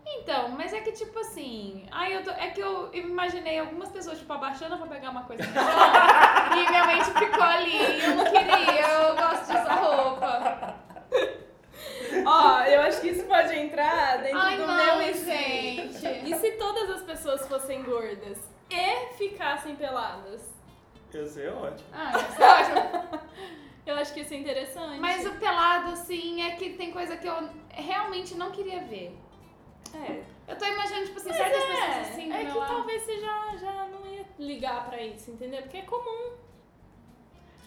A: Então, mas é que tipo assim, ai, eu tô- é que eu imaginei algumas pessoas tipo abaixando pra pegar uma coisa no chão, e minha mente ficou ali, e eu não queria, eu gosto dessa roupa.
C: Ó, eu acho que isso pode entrar dentro
A: Ai,
C: do
A: não,
C: meu
A: gente.
C: E se todas as pessoas fossem gordas e ficassem peladas?
B: Eu sei, ótimo.
A: Ai, isso é ótimo.
C: Eu acho que isso é interessante.
A: Mas o pelado, assim, é que tem coisa que eu realmente não queria ver.
C: é,
A: Eu tô imaginando, tipo assim,
C: mas
A: certas
C: é,
A: pessoas assim,
C: é
A: meu
C: que
A: lado.
C: talvez você já, já não ia ligar pra isso, entendeu? Porque é comum.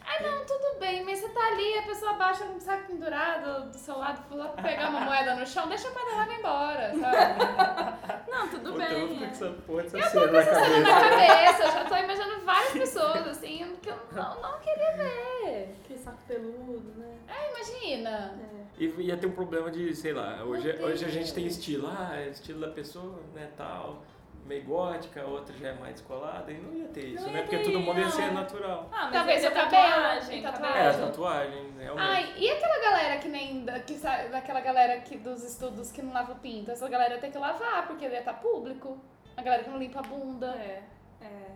A: Ai, não, tudo bem, mas você tá ali, a pessoa baixa um saco pendurado do seu lado, foi lá pegar uma moeda no chão, deixa pra lá e vai embora, sabe?
C: Não, tudo
B: Puta, então eu
C: bem.
B: vou ficar com
C: é.
B: essa porra dessa cena na
A: Na minha
B: cabeça.
A: cabeça, eu já tô imaginando várias pessoas, assim, que eu não, não queria ver.
C: Aquele saco peludo, né?
A: Ai, imagina.
C: É.
B: E ia ter um problema de, sei lá, hoje, é,
A: Meu
B: hoje a
A: Deus.
B: gente tem estilo, ah, é estilo da pessoa, né, tal, meio gótica, a outra já é mais descolada, e não ia ter isso,
C: Não
B: né?
C: ia
B: porque
C: ter,
B: todo mundo ia
C: não.
B: ser natural.
C: Ah, mas
A: Talvez
C: é
A: o cabelo,
C: tatuagem,
A: tatuagem.
B: É,
A: Verdade.
B: a tatuagem, realmente.
A: Ai, e aquela galera que nem, da, que, sa- daquela galera que, dos estudos que não lava o pinto? Essa galera tem que lavar, porque ia estar público. A galera que não limpa a bunda.
C: É, é.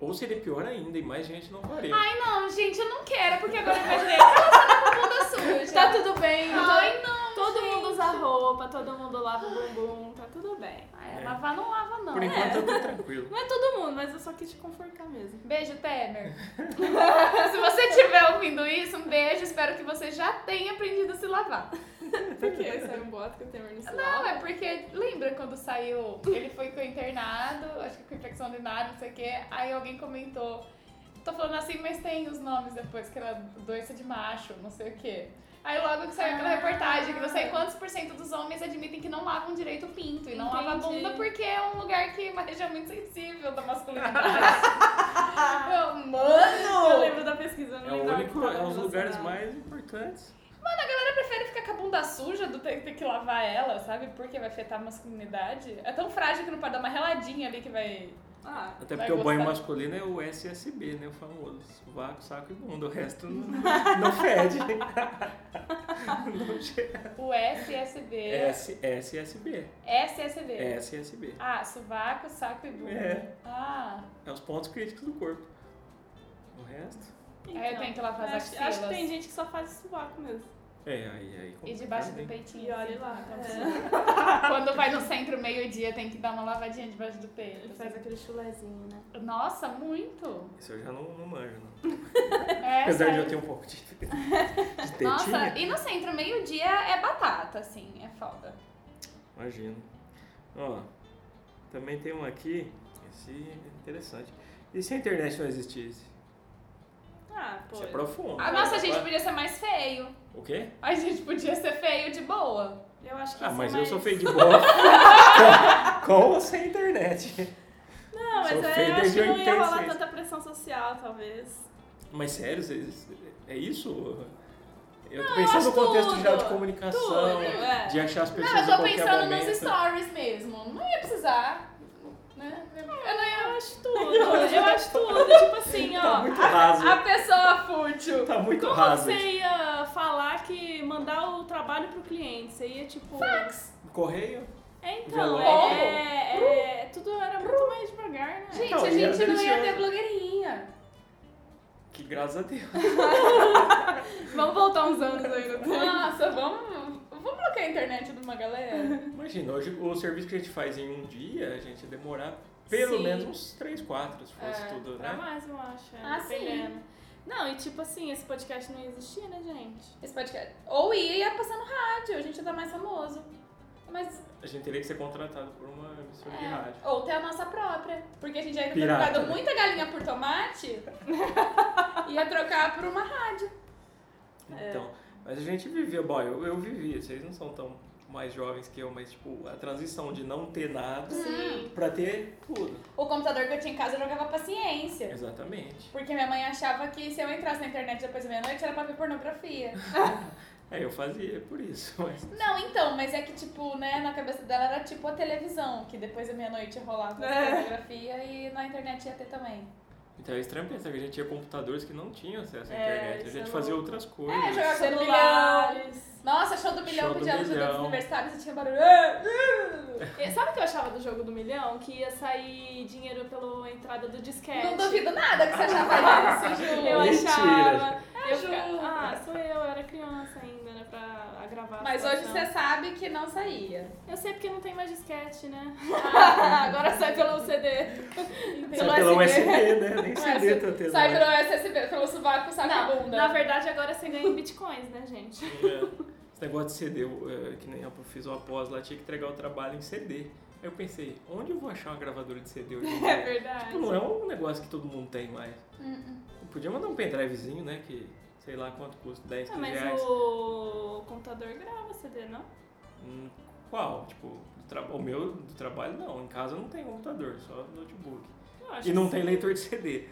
B: Ou seria pior ainda, e mais gente não faria.
A: Ai, não, gente, eu não quero, porque agora eu imaginei essa bunda
B: É,
A: suja.
C: Tá tudo bem.
A: Ai, não,
C: Todo
A: gente.
C: mundo usa roupa, todo mundo lava o bumbum, tá tudo bem.
A: Ai,
B: É.
A: lavar não lava, não. né?
B: Por enquanto eu tô tranquilo.
C: Não é todo mundo, mas eu só quis te confortar mesmo.
A: Beijo, Temer. Se você estiver ouvindo isso, um beijo. Espero que você já tenha aprendido a se lavar.
C: Por quê? Saiu um boato que o Temer não se
A: Não,
C: lava?
A: é porque lembra quando saiu, ele foi com internado, acho que com infecção urinária, não sei o quê, aí alguém comentou, tô falando assim, mas tem os nomes depois, que era doença de macho, não sei o quê. Aí logo que saiu aquela
C: Ah.
A: reportagem, que não sei quantos por cento dos homens admitem que não lavam direito o pinto e não lavam a
C: Entendi.
A: bunda porque é um lugar que é uma região muito sensível da masculinidade. Eu, mano!
C: Eu lembro da pesquisa, eu não
B: É o
C: lembrava que
B: único,
C: tava
B: é um dos lugares
C: relacionado.
B: mais importantes.
A: Mano, a galera prefere ficar com a bunda suja do ter, ter que lavar ela, sabe? Porque vai afetar a masculinidade. É tão frágil que não pode dar uma reladinha ali que vai.
C: Ah,
B: Até
A: Vai
B: porque o banho
A: gostar.
B: masculino é o SSB, né? O famoso. Vácuo, saco e bunda. O resto não, não fede. não chega.
A: O SSB.
B: S, É SSB.
A: SSB.
B: SSB.
A: Ah, sovaco, saco e bunda.
B: É.
A: Ah,
B: É os pontos críticos do corpo. O resto?
A: aí eu tenho que lavar as
C: Então, acho,
A: axilas.
C: acho que tem gente que só faz sovaco mesmo.
B: É, aí, aí.
A: E
B: complicado,
A: debaixo do
B: hein?
A: peitinho.
C: E olha lá.
A: Então,
C: É.
A: Quando vai no centro meio-dia, tem que dar uma lavadinha debaixo do peito. assim.
C: Ele faz aquele chulezinho, né?
A: Nossa, muito!
B: Isso eu já não, não manjo, não.
A: É,
B: Apesar de
A: sério.
B: eu um ter um pouco de, de tetinha.
A: Nossa, e no centro meio-dia é batata, assim, é foda.
B: Imagino. Ó, também tem um aqui. Esse é interessante. E se a internet não existisse?
C: Ah, pô.
B: Isso é profundo.
A: Ah,
B: né?
A: nossa, a gente podia ser mais feio.
B: O quê?
A: A gente podia ser feio de boa.
C: Eu acho que
B: Ah,
C: isso
B: mas
C: é
B: eu
C: mais...
B: sou feio de bola. com ou sem internet?
C: Não, mas
B: Sou
C: é,
B: feio
C: eu acho
B: desde
C: que não ia rolar
B: 86.
C: tanta pressão social, talvez.
B: Mas sério, vocês- é isso? Eu tô
C: eu
B: pensando
C: acho
B: no contexto geral de
C: tudo.
B: comunicação,
C: Tudo, é.
B: de achar as pessoas
A: Não, eu
B: em
A: tô
B: qualquer
A: pensando
B: momento.
A: nos stories mesmo. Não ia precisar. Né? Eu não ia.
C: Eu acho tudo, eu acho tudo. tipo assim, ó.
B: Tá muito raso.
A: A pessoa fútil.
B: Tá muito
C: Como
B: raso.
C: você ia falar que mandar o trabalho pro cliente? Você ia tipo. Fax!
B: Correio?
C: É, então,
B: Envelope.
C: é, é- Tudo era muito mais devagar, né?
A: Gente,
B: Então,
A: a
B: e era
A: gente não ia
B: delicioso.
A: ter blogueirinha.
B: Que graças a Deus.
C: Vamos voltar uns anos aí no tempo.
A: Nossa, vamos. Vamos bloquear a internet de uma galera.
B: Imagina, hoje o serviço que a gente faz em um dia, a gente ia demorar pelo
C: Sim.
B: menos uns 3, 4, se fosse
A: É,
B: tudo,
C: Pra
B: né?
C: mais, eu acho. É,
A: Ah, sim.
C: dependendo. Não, e tipo assim, esse podcast não ia existir, né, gente?
A: Esse podcast. Ou ia, ia passar no rádio, a gente ia dar mais famoso. Mas.
B: A gente teria que ser contratado por uma emissora de rádio.
A: É, ou ter a nossa própria. Porque a gente já ia ter
B: Pirata,
A: trocado
B: né?
A: muita galinha por tomate. ia trocar por uma rádio.
C: É.
B: Então, mas a gente vivia, bom, eu, eu vivia, vocês não são tão mais jovens que eu, mas tipo, a transição de não ter nada
C: Sim.
B: pra ter tudo.
A: O computador que eu tinha em casa eu jogava paciência.
B: Exatamente.
A: Porque minha mãe achava que se eu entrasse na internet depois da meia-noite era pra ver pornografia.
B: É, eu fazia por isso, mas
A: Não, então, mas é que, tipo, né, na cabeça dela era tipo a televisão, que depois da meia-noite rolava
C: É.
A: pornografia e na internet ia ter também.
B: então é estranho pensar que a gente tinha computadores que não tinham acesso à
C: É,
B: internet, a
C: isso é
B: gente fazia
C: louco.
B: outras coisas.
A: É, jogava-
C: Celulares.
A: Nossa, show do milhão
B: Show do
A: pedia ajuda dos
B: milhão.
A: universitários e tinha barulho. "Ah, ah".
C: E Sabe o que eu achava do jogo do milhão? Que ia sair dinheiro pela entrada do disquete.
A: Não duvido nada que você achava disso, Ju.
C: Eu
B: Mentira.
C: achava. Eu
A: Ju.
C: fica- Ah, sou eu, eu era criança ainda, né? Pra gravar.
A: Mas hoje você sabe que não saía.
C: Eu sei porque não tem mais disquete, né?
A: Ah, agora sai pelo CD.
B: Só pelo USB, né?
C: É,
B: Nem CD tá tendo.
A: Sai
B: mais.
A: pelo SSB, é pelo sovaco, saco e
C: Não,
A: bunda.
C: na verdade agora você ganha em bitcoins, né, gente?
B: É. Esse negócio de CD, eu, é, que nem eu fiz o após lá, tinha que entregar o trabalho em CD. Aí eu pensei, onde eu vou achar uma gravadora de CD hoje em dia?
C: É verdade. Uhum.
B: Tipo, não é um negócio que todo mundo tem mais.
A: Hum, hum.
B: Podia mandar um pendrivezinho, né? Que sei lá quanto custa, 10,
C: Ah,
B: 15
C: mas
B: reais.
C: o computador grava CD, não?
B: Hum, Qual? Tipo, do tra- o meu do trabalho não. Em casa não tem computador, só notebook.
C: Eu acho
B: E não
C: que
B: tem
C: sim.
B: leitor de CD.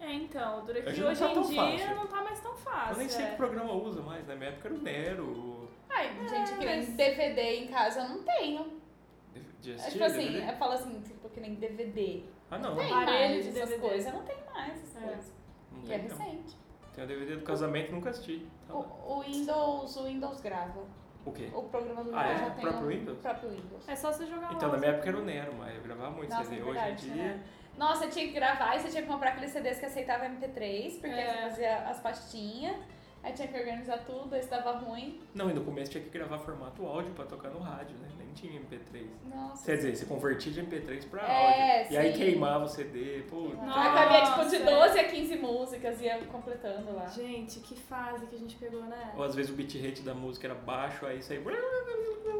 C: É, então, dura que
B: Hoje
C: hoje,
B: não tá
C: em
B: tão
C: dia
B: fácil.
C: não tá mais tão
B: Eu
A: Ah,
C: fácil.
B: nem sei
C: é.
B: que programa usa mais. Na minha época era o Nero, o
A: Ai, gente, que nem DVD em casa eu não tenho.
B: de
A: É,
B: assistir,
A: Tipo assim,
B: DVD.
A: eu falo assim, tipo, que nem DVD.
B: Ah, não.
A: Tem
C: Aparelho
A: mais
C: de
A: essas
C: DVD.
A: coisas, não tem mais essas
C: É.
A: coisas.
B: Não
A: Que é
B: tem, não.
A: recente.
B: Tem o DVD do casamento, nunca assisti. Tá
A: O,
B: lá.
A: o Windows, o Windows grava.
B: O quê?
A: O programa do Windows
B: Ah,
A: já
B: é? O
A: tem
B: próprio Windows?
A: o próprio Windows.
C: É só você jogar
B: Então,
C: lá.
B: na minha época era o Nero, mas eu gravava muito
A: Nossa,
B: CD.
A: é
B: Hoje em
A: verdade,
B: dia,
A: Nossa, tinha que gravar e você tinha que comprar aqueles CDs que aceitava MP3, porque
C: É.
A: você fazia as pastinhas. Aí tinha que organizar tudo, aí estava ruim.
B: Não, e no começo tinha que gravar formato áudio pra tocar no rádio, né? Nem tinha MP3.
A: Nossa.
B: Quer dizer, você convertia de MP3 pra
A: É,
B: áudio. E aí
A: sim.
B: queimava o CD, pô.
C: Nossa.
A: Aí cabia tipo de 12 a 15 músicas e ia completando lá.
C: Gente, que fase que a gente pegou, né?
B: Ou às vezes o bitrate da música era baixo, aí saía. Na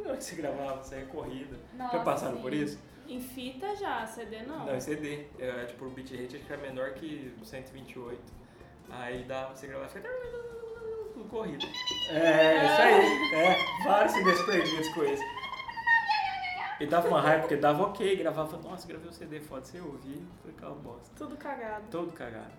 B: hora que você gravava, saía corrida.
A: Nossa,
B: Já passaram
A: sim.
B: tá por isso?
C: Em fita já, CD não.
B: Não, é CD. É, tipo, o bitrate acho que era menor que 128. Aí dá pra você gravar fica tudo corrido. É, isso aí. É, vários CDs perdidos com isso. E dava uma raiva, porque dava ok, gravava, nossa, gravei o CD, foda, você ouvir, foi aquela bosta.
C: Tudo cagado.
B: Todo cagado.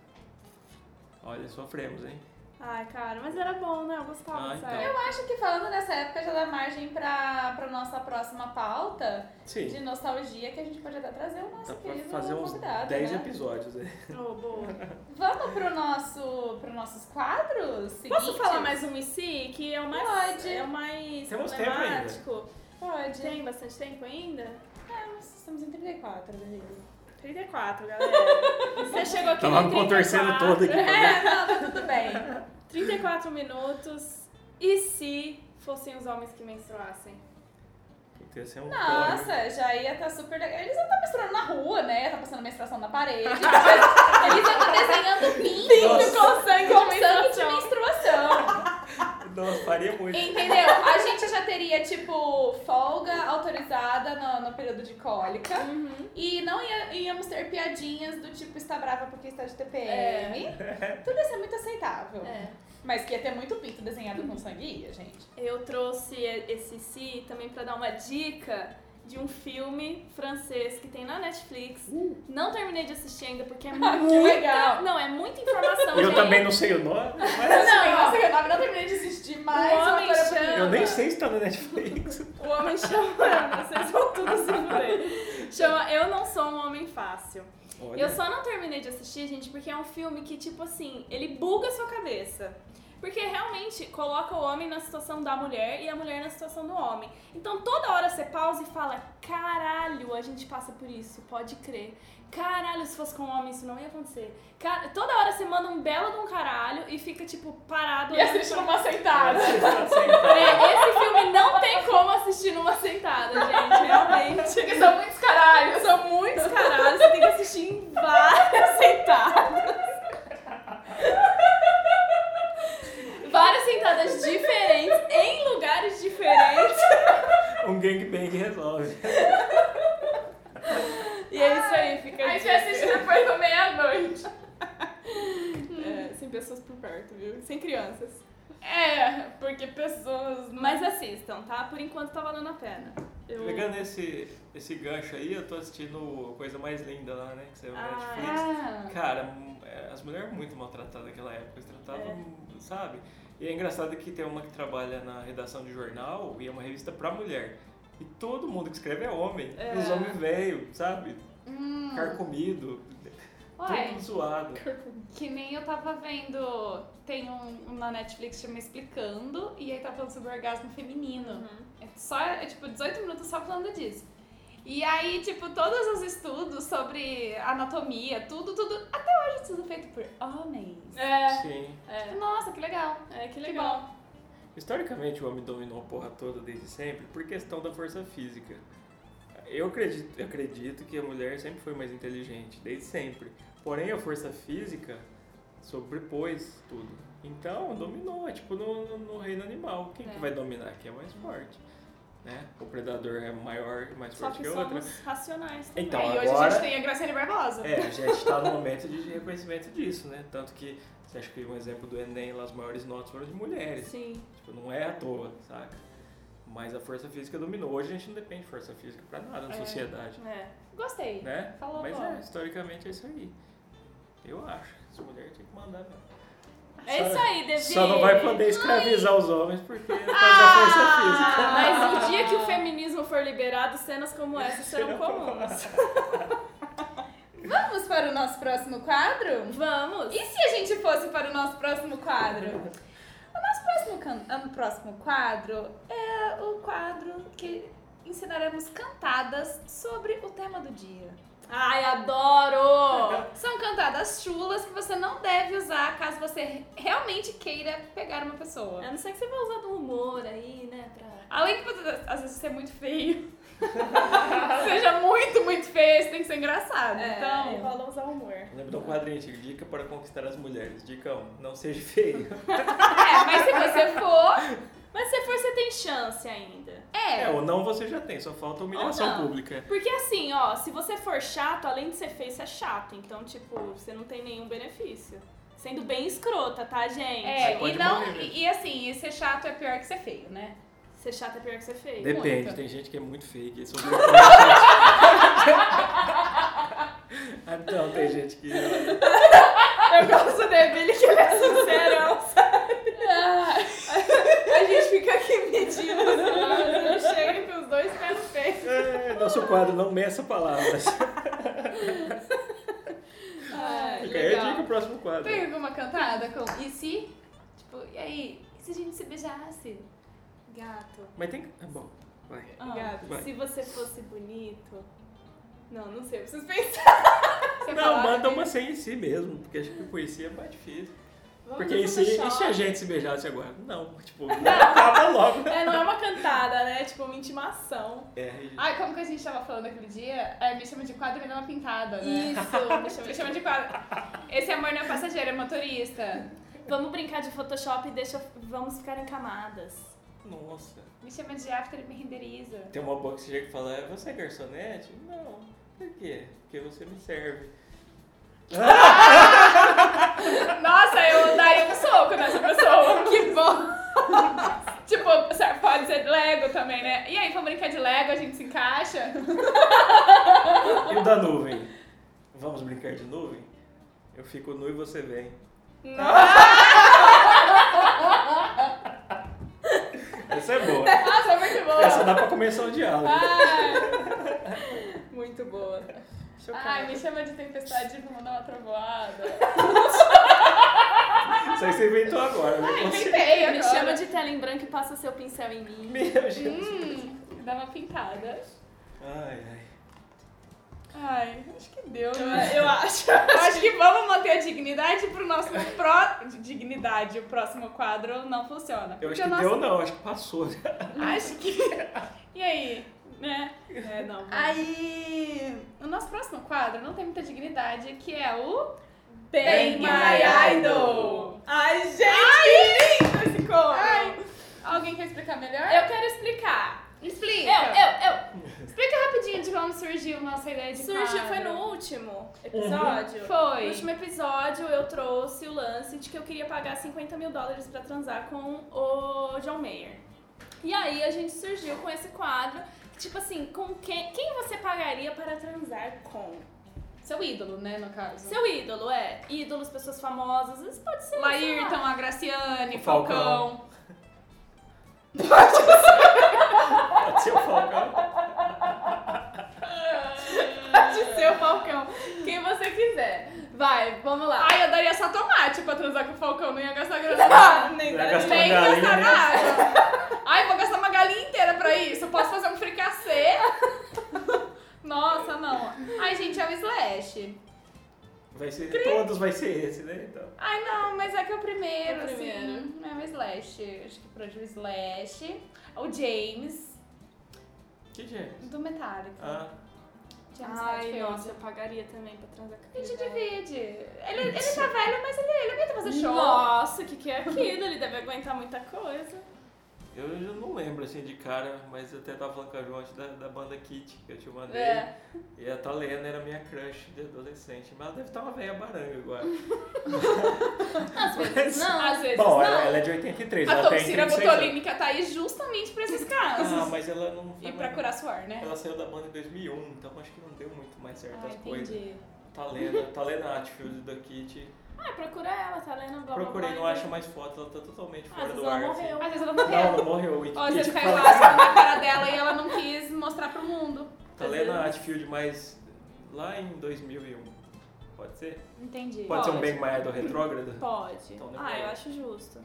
B: Olha, sofremos, hein?
C: Ai, cara, mas era bom, né? Eu gostava
B: Ah,
C: dessa
B: então.
C: época.
A: Eu acho que falando dessa época já dá margem pra, pra nossa próxima pauta de
B: Sim.
A: nostalgia, que a gente pode até trazer o nosso
B: Dá pra
A: querido
B: fazer uns
A: convidado.
B: 10
A: né?
B: episódios aí.
C: Ô, boa.
A: Vamos pro nosso, pro nossos quadros?
C: Posso
A: seguintes?
C: falar mais um e si? Que é o mais.
A: Pode.
C: É o mais
B: Temos tempo ainda.
C: problemático.
A: Pode.
C: Tem bastante tempo ainda?
A: Ah, nós estamos em 34, Danilo.
C: 34, galera. Você chegou aqui
B: Tava
C: em
B: me Tá contorcendo
C: 34.
B: todo aqui.
A: É, não, tá tudo bem.
C: 34 minutos. E se fossem os homens que menstruassem?
B: Puta, ia ser um código.
A: Nossa, já ia tá super legal. Eles iam estar misturando na rua, né? Ia tá passando menstruação na parede. Ah, Eles iam estar desenhando pinto,
B: Nossa.
A: com sangue,
C: Com
A: com sangue de
C: menstruação.
A: menstruação.
B: né? Nossa, faria muito.
A: Entendeu? A gente já teria, tipo, folga autorizada no, no período de cólica. E não ia- íamos ter piadinhas do tipo, está brava porque está de TPM. Tudo isso é muito aceitável.
C: É.
A: Mas que ia ter muito pinto desenhado com sangue, ia, gente.
C: Eu trouxe esse si também pra dar uma dica de um filme francês que tem na Netflix. Não terminei de assistir ainda porque é muito
A: Ah, que legal!
C: Não, é muita informação.
B: Eu
C: gente.
B: também não sei o nome, mas
A: Não, eu não Um sei o nome, não terminei de assistir mais.
C: O homem
A: Doutora
C: chama-
A: Bonita.
B: eu nem sei se tá na Netflix.
C: O homem chama. Vocês vão tudo se fuder. Chama Eu Não Sou um Homem Fácil.
B: Olha,
C: Eu só não terminei de assistir, gente, porque é um filme que, tipo assim, ele buga a sua cabeça. Porque realmente coloca o homem na situação da mulher e a mulher na situação do homem. Então toda hora você pausa e fala: caralho, a gente passa por isso, pode crer. Caralho, se fosse com um homem isso não ia acontecer. Ca- Toda hora você manda um belo de um caralho e fica, tipo, parado.
A: E
C: olhando
A: assistindo
C: pra-
A: uma sentada.
B: tá
C: É, esse filme não tem como assistir numa sentada, gente, realmente.
A: Porque são muitos caralhos, são
C: São muitos caralhos, você tem que assistir em várias sentadas. Várias sentadas diferentes, em lugares diferentes.
B: um gangbang resolve.
C: E é isso aí, fica a
A: Aí você
C: dica.
A: assiste depois da meia-noite.
C: É, sem pessoas por perto, viu? Sem crianças.
A: É, porque pessoas.
C: Mas assistam, tá? Por enquanto tá valendo a pena. Eu...
B: Pegando esse, esse gancho aí, eu tô assistindo Coisa Mais Linda lá, né? Que saiu na
C: Ah,
B: Netflix.
A: Ah.
B: Cara, m- é, as mulheres eram muito maltratadas naquela época, eles tratavam, sabe? E é engraçado que tem uma que trabalha na redação de jornal e é uma revista pra mulher. E todo mundo que escreve é homem.
C: É.
B: E Os homens velhos, sabe?
A: Hum.
B: Carcomido,
A: Uai,
B: tudo zoado.
A: que nem eu tava vendo. Tem um, um na Netflix chama Explicando, e aí tá falando sobre orgasmo feminino.
C: Uhum.
A: É só, é tipo, 18 minutos só falando disso. E aí, tipo, todos os estudos sobre anatomia, tudo, tudo, até hoje tudo feito por homens.
C: É,
B: Sim.
C: é,
A: Nossa, que legal.
C: é, que
A: Que
C: legal.
A: bom.
B: Historicamente, o homem dominou a porra toda desde sempre por questão da força física. Eu acredito, eu acredito que a mulher sempre foi mais inteligente, desde sempre. Porém, a força física sobrepôs tudo. Então, dominou, é tipo no, no- no reino animal. Quem que
A: É.
B: vai dominar? Quem é mais
C: Uhum.
B: forte, né? O predador é maior, mais
C: Só
B: forte
C: que
B: que o outro.
C: somos racionais também.
B: Então,
A: e hoje a gente
B: agora...
A: tem a Graciane Barbosa.
B: É, a gente tá no momento de reconhecimento disso, né? Tanto que, você acha que um exemplo do Enem, lá, as maiores notas foram de mulheres.
C: Sim.
B: Tipo, não é à toa, saca? Mas a força física dominou. Hoje a gente não depende de força física pra nada na
C: É.
B: sociedade,
C: É.
A: Gostei.
B: né?
A: Falou
B: Mas
A: agora.
B: é, historicamente é isso aí. Eu acho. As mulheres tinham que mandar mesmo.
C: É isso aí, Devi.
B: Só não vai poder escravizar os homens porque é faz
C: Ah!
B: a força física.
C: Mas o dia que o feminismo for liberado, cenas como essa serão comuns.
A: Vamos para o nosso próximo quadro?
C: Vamos!
A: E se a gente fosse para o nosso próximo quadro? O nosso próximo, can... ah, o próximo quadro é o quadro que ensinaremos cantadas sobre o tema do dia.
C: Ai, adoro!
A: São cantadas chulas que você não deve usar caso você realmente queira pegar uma pessoa.
C: A não ser que você vai usar do humor aí, né? Pra...
A: Além de você, às vezes ser muito feio, seja muito, muito feio, você tem que ser engraçado.
C: É,
A: então,
C: rola usar humor.
B: Lembra de um quadrinho antigo, dica para conquistar as mulheres. Dica 1, não seja feio.
A: é, mas se você for,
C: Mas se for, você tem chance ainda.
B: É,
A: é.
B: ou não você já tem, só falta humilhação
C: Ou não.
B: pública.
C: Porque assim, ó, se você for chato, além de ser feio, você é chato. Então, tipo, você não tem nenhum benefício. Sendo bem escrota, tá, gente?
A: É,
B: pode
A: e não.
B: morrer mesmo.
A: E, e assim, ser chato é pior que ser feio, né?
C: Ser chato é pior que ser feio.
B: Depende,
A: Muito.
B: tem gente que é muito feio que sobre Então, Então, tem gente que.
C: Eu gosto
A: né,
C: dele, que ele é sincerão, A gente fica aqui medindo,
A: né?
C: ele chega e os dois pés no peito.
B: É, nosso quadro não meça palavras.
A: Ah,
B: Fica aí a dica pro próximo quadro.
A: Tem alguma cantada com e se? Tipo, e aí? E se a gente se beijasse? Gato.
B: Mas tem. É bom, vai.
C: Ah,
A: Gato.
B: Vai.
C: se você fosse bonito. Não, não sei, eu preciso pensar.
A: Você
B: Não,
A: falava
B: manda
A: que-
B: uma sem em si mesmo, porque acho que conhecer é mais difícil.
C: Vamos
B: Porque
C: ver
B: e se,
C: eu
B: e se a
C: choro.
B: gente se beijasse agora? Não, tipo, acaba logo.
C: É, não é uma cantada, né? É tipo uma intimação.
B: É,
A: Ai, como que a gente tava falando aquele dia? É, me chama de quadro e me dá uma pintada, né?
C: Isso,
A: Me chama, me chama de quadro. Esse amor não é passageiro, é motorista.
C: Vamos brincar de Photoshop e deixa. Vamos ficar em camadas.
B: nossa.
A: Me chama de after e me renderiza.
B: Tem uma boa que você chega e fala, "É, você é garçonete? Não. Por quê? Porque você me serve.
A: Nossa, eu daria um soco nessa pessoa. Que bom. tipo, sabe, pode ser Lego também, né? E aí, vamos brincar de Lego, a gente se encaixa?
B: E o da nuvem? Vamos brincar de nuvem? Eu fico nu e você vem. Essa é boa.
A: Nossa, é muito bom.
B: Essa dá pra começar um diálogo.
A: Ai,
C: Muito boa.
B: Seu
A: ai,
B: cara.
A: me chama de tempestade e me manda uma trovoada.
B: Isso aí você inventou agora, né? Com certeza.
A: Tentei,
C: Me chama de tela em branco e passa seu pincel em mim.
B: Meu Jesus.
A: Hum, dá uma pintada.
B: Ai, ai.
A: Ai, acho que deu, né?
C: Eu, eu acho.
A: Acho que vamos manter a dignidade pro nosso pró... Dignidade, o próximo quadro não funciona.
B: Eu
A: Porque
B: acho
A: o
B: que
A: nosso-
B: deu não, acho que passou.
A: Acho que... E aí? Né?
C: É, não.
A: Aí... O nosso próximo quadro não tem muita dignidade, que é o...
C: Bang
B: My Idol.
C: Ai, gente, que lindo esse coro!
A: Ai, alguém quer explicar melhor?
C: Eu quero explicar. Eu,
A: Explica!
C: eu,
A: Explica rapidinho de como surgiu nossa ideia
C: eu.
A: de
C: Surgiu,
A: quadro.
C: foi no último episódio. No
A: Uhum. Foi.
C: último episódio, eu trouxe o lance de que eu queria pagar 50 mil dólares pra transar com o John Mayer. E aí a gente surgiu com esse quadro, tipo assim, com quem, quem você pagaria para transar com?
A: Seu ídolo, né, no caso.
C: Seu ídolo, é. Ídolos, pessoas famosas, isso pode ser. sei lá.
A: Laírton, a Graciane,
B: O Falcão.
A: Falcão.
B: Pode ser o Falcão.
C: Pode ser o Falcão. Quem você quiser. Vai, vamos lá.
A: Ai, eu daria só tomate pra transar com o Falcão, não ia gastar grana.
C: Ah, nem
B: Vai
C: dá
B: gastar
C: nem-
A: Nem gastar
B: galinha.
A: nada. Ai, vou gastar uma galinha inteira pra isso. Eu posso fazer um fricassê? Nossa, não. Ai, gente, é o Slash.
B: Vai ser, todos vai ser esse, né? Então.
A: Ai, não, mas é que é o primeiro,
C: É o primeiro.
A: assim. É o Slash. Acho que por hoje é o Slash. O James,
B: Que é dia?
A: do Metallica. é
B: Ah,
A: James
C: Ai,
A: Hetfield.
C: nossa, eu pagaria também pra transar com
A: A
C: aquele
A: gente
C: velho.
A: divide. Ele, ele tá velho, mas ele, ele aguenta fazer show.
C: Nossa, o que, que é aquilo? Ele deve aguentar muita coisa.
B: Eu já não lembro assim de cara, mas eu até tava falando com a João antes da, da banda Kit, que eu te mandei.
C: É.
B: E a Talena era minha crush de adolescente, mas ela deve estar uma velha baranga agora.
C: Às vezes não. Ah, então,
A: Às vezes
B: Bom,
A: não.
B: ela, ela é de 83,
A: A
B: ela tem
A: Toxira
B: 36 anos.
A: botolínica tá aí justamente pra esses casos.
B: Ah, mas ela não
A: e
B: foi
A: pra
B: mais-
A: curar suor, né?
B: Ela saiu da banda em 2001, então acho que não deu muito mais certo
A: Ah,
B: as coisas.
A: entendi.
B: Talena, Talena Atfield da Kit.
C: Ah, procura ela, tá lendo blá blá
B: Procurei,
C: blá,
B: não
C: blá.
B: acho mais foto, ela tá totalmente
C: Ah,
B: fora
C: às
B: do
C: vezes
B: ar.
C: ela
B: assim.
C: morreu.
A: Às vezes ela
B: Não,
A: morreu.
B: não morreu. tipo, O
A: Ó, você
B: Kit
A: caiu
B: fala-
A: lascando na cara dela e ela não quis mostrar pro mundo.
B: Talena Atfield, mas lá em 2001. Pode ser?
A: Entendi.
B: Pode ser um
C: Pode.
B: bem maior do retrógrado?
C: Pode.
B: Então demorou.
C: ah, eu acho justo.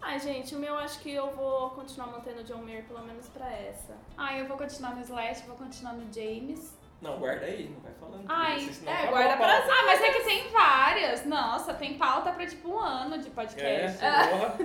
C: Ai, gente, o meu acho que eu vou continuar mantendo o John Mayer, pelo menos pra essa.
A: Ah, eu vou continuar no Slash, vou continuar no James.
B: Não, guarda aí, não vai falando.
A: Ai,
B: porque senão
A: é,
B: acabou
A: guarda
B: a
A: pra.
B: pauta.
A: Ah, mas é que tem várias. Nossa, tem pauta pra tipo um ano de
B: É,
A: podcast.
B: porra.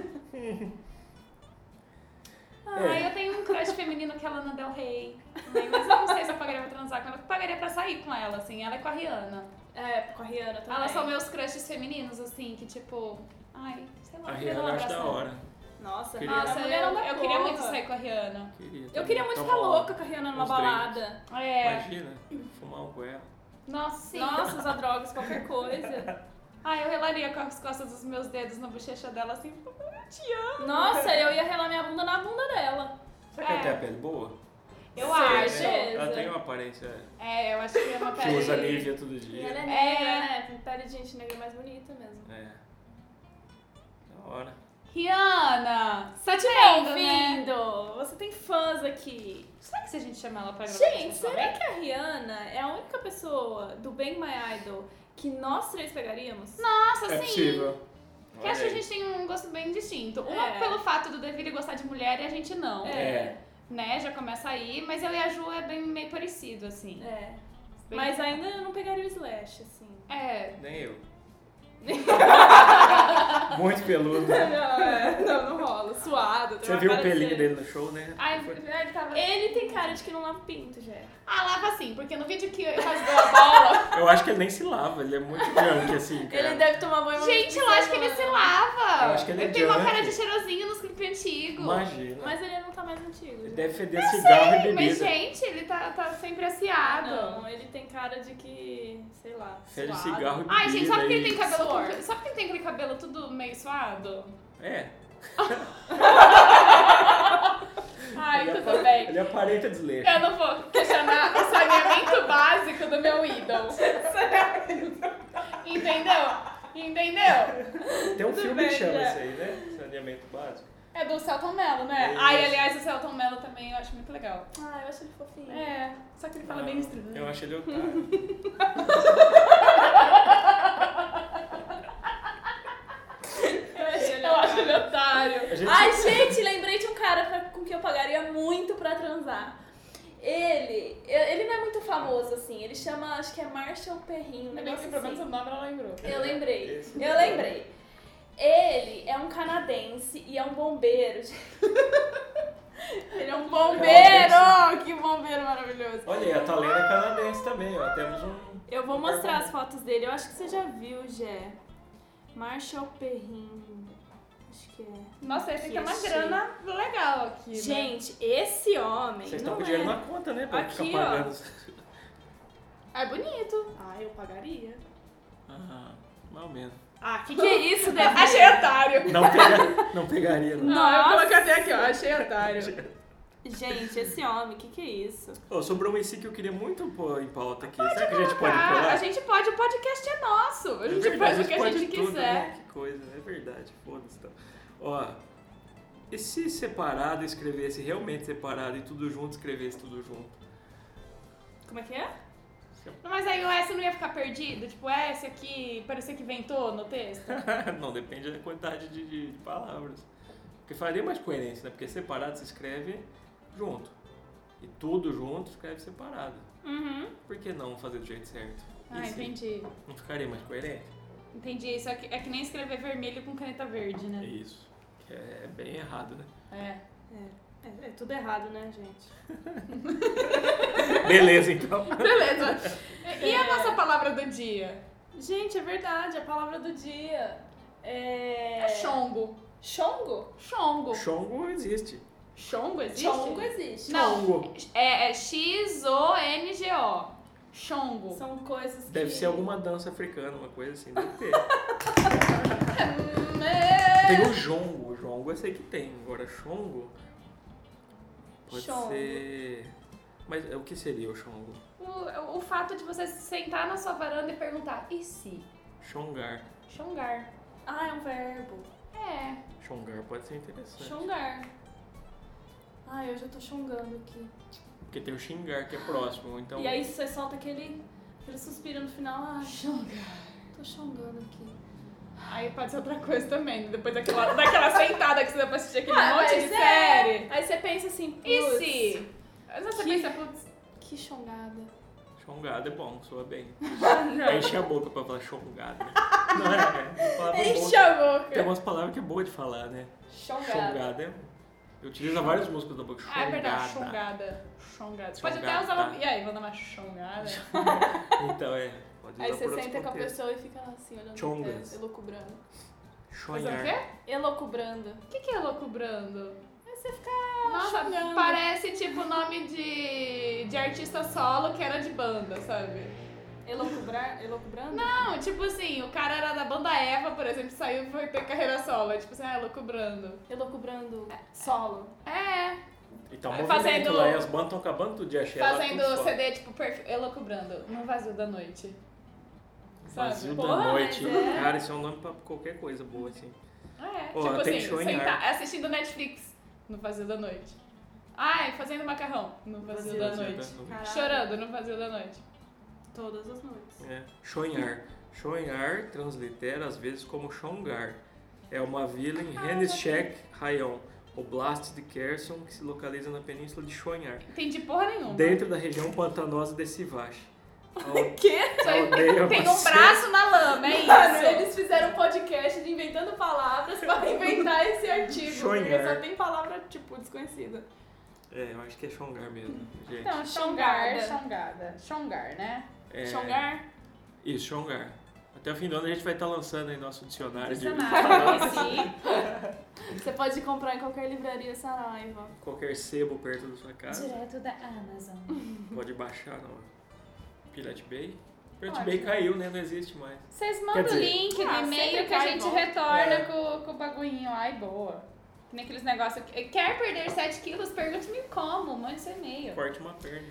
A: Ah,
B: É.
A: eu tenho um crush feminino que é a Lana Del Rey. também, Mas eu não sei se eu pagaria pra transar com ela. Eu pagaria pra sair com ela, assim. Ela é com a Rihanna.
C: É, com a Rihanna também.
A: Elas são meus crushes femininos, assim, que tipo. Ai, sei lá.
B: A
A: eu
B: Rihanna eu
A: não
B: acho
A: abraço
B: da
A: ela.
B: hora.
C: Nossa,
B: Queria. Então
C: ela é
A: Nossa,
C: mulherão
A: eu,
C: da
A: eu queria
C: porra.
A: muito sair com a Rihanna.
C: Eu queria muito ficar louca com a Rihanna numa
B: uns drinks.
C: balada.
A: É.
B: Imagina, fumar um com ela.
A: Nossa, sim.
C: Nossa, usar drogas, qualquer coisa.
A: Ai, eu relaria com as costas dos meus dedos na bochecha dela, assim. Eu te amo.
C: Nossa, eu ia relar minha bunda na bunda dela.
B: Será que ela tem
A: É.
B: a pele boa?
A: Eu
C: Sei,
A: acho.
C: né?
B: Ela tem uma aparência
A: É, eu acho que é uma
B: que usa
A: pele-
B: Nivea todo
C: E
B: dia.
C: ela é
A: É.
C: negra, né? Pele de gente negra mais bonita mesmo.
B: É. Da hora.
A: Rihanna! Você tá te vendo, né?
C: Bem-vindo! Você tem fãs aqui.
A: Será que se a gente chamar ela pra gravar?
C: Gente, será que a Rihanna é a única pessoa do Bang My Idol que nós três pegaríamos?
A: Nossa,
B: é
A: sim.
B: possível.
A: Porque
B: Olha
A: acho Assim, que a
B: aí.
A: gente tem um gosto bem distinto. Uma
C: É.
A: pelo fato do Deville gostar de mulher e a gente não.
C: É.
B: É.
A: Né? Já começa aí, mas eu e a Ju é bem meio parecido, assim.
C: É.
A: Bem-
C: Mas ainda eu não pegaria o Slash, assim.
A: É.
B: Nem eu. muito peludo.
C: Não, é, não, não rola. Suado. tem
B: Você
C: uma
B: viu o
C: cara de
B: pelinho
C: ser-
B: dele no show, né?
A: Ai,
B: Foi-
A: ele tava.
C: Ele tem cara de que não lava o pinto, já.
A: Ah, lava assim, porque no vídeo que eu rasgou a bola.
B: Eu acho que ele nem se lava, ele é muito grande assim, cara.
C: Ele deve tomar banho
A: gente, eu acho que ele se lava.
B: Eu acho que ele é
A: tem uma
B: junk.
A: cara de cheirosinho nos clipes antigos.
B: Imagina.
C: Mas ele não tá mais antigo.
B: Ele
C: já.
B: deve feder cigarro e
A: Mas,
B: bebida.
A: gente, ele tá, tá sempre assiado.
C: Não, ele tem cara de que. sei lá.
B: Fede
C: suado.
B: cigarro e bebida.
A: Ai, gente, sabe que ele
B: e-
A: tem cabelo.
C: Suor.
A: Com... Sabe que ele tem aquele cabelo tudo meio suado?
B: É.
A: Ai,
B: Ele é
A: tudo
B: apa-
A: bem.
B: Ele aparenta desleixo.
A: Eu não vou questionar o saneamento básico do meu ídolo. Entendeu? Entendeu?
B: Tem um
C: Tudo
B: filme que
C: bem,
B: chama
C: já.
B: isso aí, né? Saneamento básico.
A: É do Celton Mello, né?
B: É
A: Ai,
B: isso.
A: aliás, o Celton Mello também eu acho muito legal.
C: Ah, eu acho ele fofinho.
A: É, só que ele fala
B: Não,
A: bem estranho.
B: Ah, Eu acho ele otário.
C: Eu acho ele
A: Eu acho ele
C: otário.
A: otário.
B: A gente-
C: Ai, gente, lembrei de um cara pra- com quem eu pagaria muito pra transar. Ele, eu- ele não é muito famoso assim, ele chama, acho que é Marshall Perrinho, um
A: Ainda bem que
C: negócio
A: pelo menos
C: assim.
A: o nome ela lembrou.
C: Eu lembrei,
B: Esse.
C: eu lembrei. Ele é um canadense e é um bombeiro. ele é um bombeiro!
B: Canadense.
C: Que bombeiro maravilhoso.
B: Olha aí, a Talena é canadense também, ó. Temos um.
C: Eu vou mostrar as fotos dele, eu acho que você já viu, Jé. Marshall Perrinho, acho que é.
A: Nossa, ele tem que ter uma
C: Esse.
A: grana legal aqui. né?
C: Gente, esse homem.
B: Vocês
C: não
B: estão com
C: é-
B: dinheiro na conta, né? Pra
C: Aqui,
B: ficar
C: ó.
B: pagando.
A: É bonito.
C: Ah, eu pagaria.
B: Ah, mal menos.
C: Ah, que que é isso, Debbie?
A: Achei otário.
B: Não, pega... não pegaria, não.
A: Não, Ah, eu
C: Nossa.
A: coloquei até aqui, ó. Achei otário.
C: Gente, esse homem, que que é isso?
B: Ô, sobrou um IC que eu queria muito pôr em pauta aqui. Será que a gente pode
A: Ah,
B: colar?
A: a gente pode, o podcast é nosso. A gente
B: É
A: faz
B: verdade,
A: o que a
B: pode
A: gente
B: tudo,
A: quiser.
B: né? Que coisa, é verdade. Foda-se. Então. Ó, e se separado escrevesse realmente separado e tudo junto escrevesse tudo junto?
C: Como é que é?
A: Mas aí o S não ia ficar perdido? Tipo, S aqui, parecia que ventou no texto.
B: não, depende da quantidade de, de- de palavras. Porque faria mais coerência, né? Porque separado se escreve junto. E tudo junto escreve separado.
C: Uhum.
B: Por que não fazer do jeito certo? E
A: Ah,
B: se-
A: entendi.
B: Não ficaria mais coerente?
A: Entendi. Isso é que, é que nem escrever vermelho com caneta verde,
B: É
A: né?
B: isso. Que É bem errado, né?
A: É.
C: É, é, é tudo errado, né, gente?
B: Beleza, então.
A: Beleza. E a nossa palavra do dia?
C: Gente, é verdade, a palavra do dia é...
A: É chongo.
C: Chongo?
A: Chongo.
B: Chongo existe.
A: Chongo existe?
C: Chongo existe.
A: Não.
B: Chongo.
A: É, é X-O-N-G-O. Chongo.
C: São coisas que...
B: Deve ser alguma dança africana, uma coisa assim. Deve ter.
A: É.
B: Tem o jongo. O jongo eu sei que tem. Agora, chongo... Pode
C: Chongo.
B: ser... Mas é, o que seria o chongo?
A: O, o fato de você sentar na sua varanda e perguntar, e se?
B: Chongar.
A: Chongar.
C: Ah, é um verbo.
A: É.
B: Chongar pode ser interessante.
C: Chongar. Ai, eu já tô chongando aqui.
B: Porque tem o xingar, que é próximo. Então,
C: E aí você solta aquele, aquele suspiro no final. Ai, tô chongando aqui.
A: Aí pode ser outra coisa também, depois daquela, daquela sentada que você deu pra assistir aquele
C: Ah,
A: monte
C: mas
A: de
C: é.
A: série.
C: Aí você pensa assim,
A: E
C: putz,
A: se? Às vezes você
C: Que-
A: pensa, putz,
C: Que chongada.
B: Chongado é bom, soa bem. Enche a boca pra falar chongado. né? Não é? é uma palavra
A: Enche
B: boa.
A: a
B: Tem
A: boca.
B: umas palavras que é boa de falar, né?
A: Chongada.
B: Chongado é. Eu utilizo várias músicas da boca.
A: Ah, é verdade,
B: Chongada.
A: chongada. Chongada. Você pode até usar
B: Chongada.
A: uma... E aí, vou dar uma chongada.
B: Então é. Pode
C: Aí
B: usar
C: você
B: por outros
C: senta com a
B: contextos.
C: pessoa e fica lá assim, olhando
B: Chongas.
C: pra tela, elucubrando.
A: Fazer o
B: Chonhar.
A: quê?
C: Elocubrando.
A: O que que é loucubrando?
C: Aí você fica
A: Nossa,
C: chongando.
A: parece tipo nome de, de artista solo que era de banda, sabe?
C: Elocubrar, elocubrando?
A: Não, tipo assim, o cara era da banda Eva, por exemplo, saiu e foi ter carreira solo. É Tipo assim, ah, loucubrando.
C: Elocubrando solo.
A: É,
B: E tá um
A: Fazendo-
B: movimento lá e as bandas estão acabando tudo de achar. lá,
A: fazendo
B: tudo só.
A: CD, tipo, perfil. Elocubrando, no vazio da noite. Sabe?
B: Vazio da
C: Porra, mas
B: noite.
C: é.
B: Cara, isso é um nome pra qualquer coisa boa, assim.
A: É,
B: Pô,
A: tipo
B: tem
A: assim,
B: show em
A: sentar, assistindo Netflix no vazio da noite. Ai, fazendo macarrão no vazio,
C: Vazio
A: da
C: da
A: noite.
C: Caralho.
A: Chorando no vazio da noite.
C: Todas as noites.
B: É. Chonhar. Chonhar translitera às vezes como Chongar. É uma vila em
A: Ah,
B: Renishek, Rayon, oblast de Kherson, que se localiza na península de Chonhar,
A: Entendi porra nenhuma.
B: dentro da região pantanosa de Sivash. A
C: Que?
A: Só
B: a aldeia
A: Tem um
B: macia-
A: braço na lama, é
C: Mano,
A: isso.
C: eles fizeram um podcast de inventando palavras pra inventar esse artigo. Porque
B: Sonhar.
C: só tem palavra, tipo, desconhecida.
B: É, eu acho que é Chongar mesmo, gente.
A: Então,
C: Xongada.
A: Xongar, Xongada. Xongar, né?
B: É,
C: Chongar?
B: Isso, Chongar. Até o fim do ano a gente vai estar lançando aí nosso dicionário,
A: Dicionário, conheci.
C: Você pode comprar em qualquer livraria Saraiva.
B: de qualquer sebo perto da sua casa.
A: Direto da Amazon.
B: Pode baixar no Pirate Bay. Pirate
A: Ótimo.
B: Bay caiu, né? Não existe mais.
A: Vocês mandam
B: Quer dizer-
A: o link
C: Ah,
A: no
C: sempre
A: e-mail que a
C: cai e
A: gente
C: volta.
A: retorna
B: É.
A: com, com o bagulhinho. Ai, boa. Que nem aqueles negócios. que- Quer perder 7 quilos? Pergunte-me como. Mande seu e-mail.
B: Corte uma perna.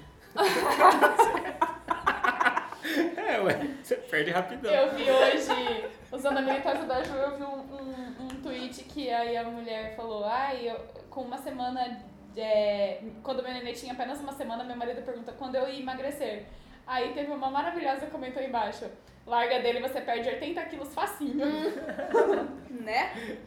B: é, ué. Você perde rapidão.
A: Eu vi hoje, usando a minha casa da Ju, eu vi um, um, um tweet que aí a mulher falou, ai, eu, com uma semana, é, quando meu neném tinha apenas uma semana, meu marido pergunta quando eu ia emagrecer. Aí teve uma maravilhosa que comentou aí embaixo, larga dele, você perde 80 quilos facinho.
C: Né?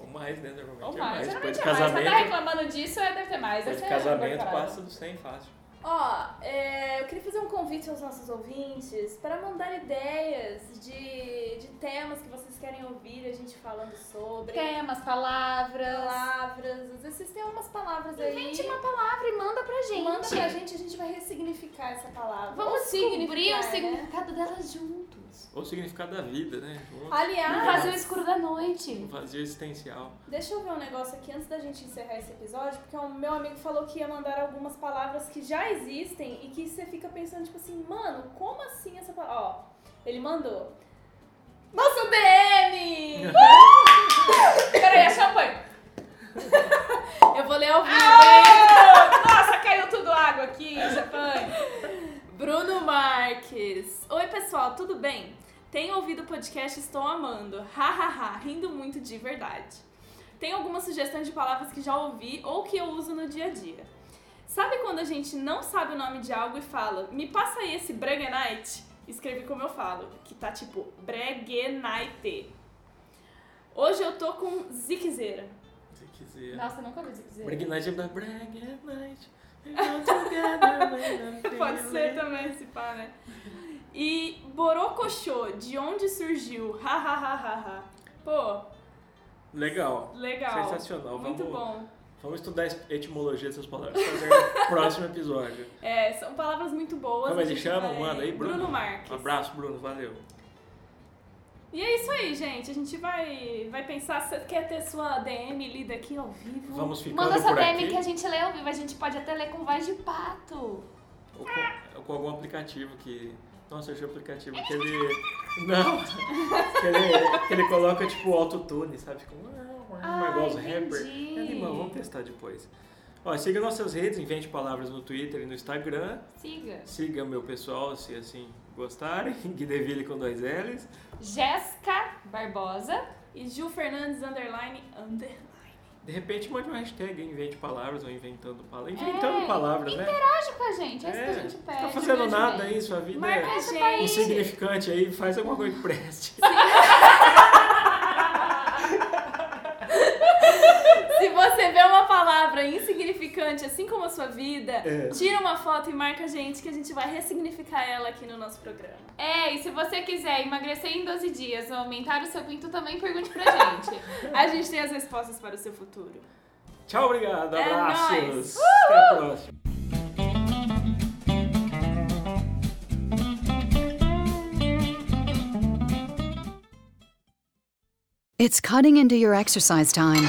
B: Ou mais, né? Normalmente
A: Ou
B: é
A: mais, geralmente
B: Depois de
A: é mais. Você tá
B: casamento,
A: reclamando disso, é, deve ter mais.
B: depois
A: Deve
B: de
A: ter
B: casamento
A: incorporado.
B: passa do 100 fácil.
C: Ó, é, eu queria fazer um convite aos nossos ouvintes para mandar ideias de, de temas que vocês querem ouvir a gente falando sobre.
A: Temas, palavras.
C: Palavras. Às vezes vocês têm umas palavras aí.
A: Invente uma palavra e manda pra gente.
C: Manda pra gente, a gente vai ressignificar essa palavra. Ou
A: Vamos descobrir o
C: significar, né?
A: significado dela juntos.
B: Ou o significado da vida, né? Junto,
C: Aliás,
A: Fazer o escuro da noite.
B: Um vazio existencial.
C: Deixa eu ver um negócio aqui antes da gente encerrar esse episódio, porque o meu amigo falou que ia mandar algumas palavras que já existem e que você fica pensando, tipo assim, mano, como assim essa palavra? Ó, ele mandou. Nosso DM!
A: Peraí, a champanhe.
C: eu vou ler ao vivo.
A: Ah, Nossa, caiu tudo água aqui, champanhe.
C: Bruno Marques. Oi, pessoal, tudo bem? Tenho ouvido o podcast e Estou Amando. Hahaha, rindo muito de verdade. Tenho algumas sugestões de palavras que já ouvi ou que eu uso no dia a dia. Sabe quando a gente não sabe o nome de algo e fala, me passa aí esse Breguenite? Escrevi como eu falo, que tá tipo Breguenite. Hoje eu tô com ziquezeira.
B: Se quiser.
A: Nossa, nunca ouvi isso dizer.
B: Break Night é da Break Night. We go together when I'm
C: Pode ser
B: feeling-
C: também esse pá, né? E Borocochô, de onde surgiu? Ha, ha, ha, ha, ha. Pô,
B: Legal.
C: legal.
B: Sensacional.
C: Muito
B: Vamos-
C: bom.
B: Vamos estudar a etimologia dessas palavras. Fazer no próximo episódio.
C: É, são palavras muito boas.
B: Como
C: a
B: ele
C: gente
B: chama?
C: vai-
B: Manda aí, Bruno.
C: Marques.
B: Um abraço, Bruno. Valeu.
C: E é isso aí, gente. A gente vai, vai pensar se você quer ter sua DM lida aqui ao vivo.
B: Vamos ficando
A: Manda essa
B: por
A: DM
B: aqui.
A: que a gente lê ao vivo. A gente pode até ler com voz de pato.
B: Ou com, ou com algum aplicativo que... Nossa, eu achei um aplicativo que ele... Não. que, ele, que ele coloca, tipo, autotune, sabe? Fica... um-
A: Ah,
B: igual os rappers.
A: entendi.
B: É animal. Vamos testar depois. Ó, siga nossas redes, invente palavras no Twitter e no Instagram.
A: Siga.
B: Siga meu pessoal, se assim gostarem. Guideville com dois L's.
A: Jéssica Barbosa.
C: E Gil Fernandes, underline, underline.
B: De repente mande uma hashtag, hein? invente palavras ou inventando palavras. Inventando
A: É,
B: palavras, né?
A: Interage com a gente, é isso que a
B: É,
A: gente pede.
B: Tá fazendo
A: Beijo,
B: nada
A: beijo.
B: aí, sua vida
C: Marca
B: é
C: a
A: Esse
C: gente.
A: país.
B: insignificante aí, faz alguma coisa que preste.
C: Se você vê uma palavra palavra insignificante, assim como a sua vida,
B: É.
C: tira uma foto e marca a gente que a gente vai ressignificar ela aqui no nosso programa.
A: É, e se você quiser emagrecer em 12 dias ou aumentar o seu pinto, também pergunte pra gente.
C: A gente tem as respostas para o seu futuro.
B: Tchau, obrigado.
C: É
B: Abraços. Até a próxima.
E: It's cutting into your exercise time.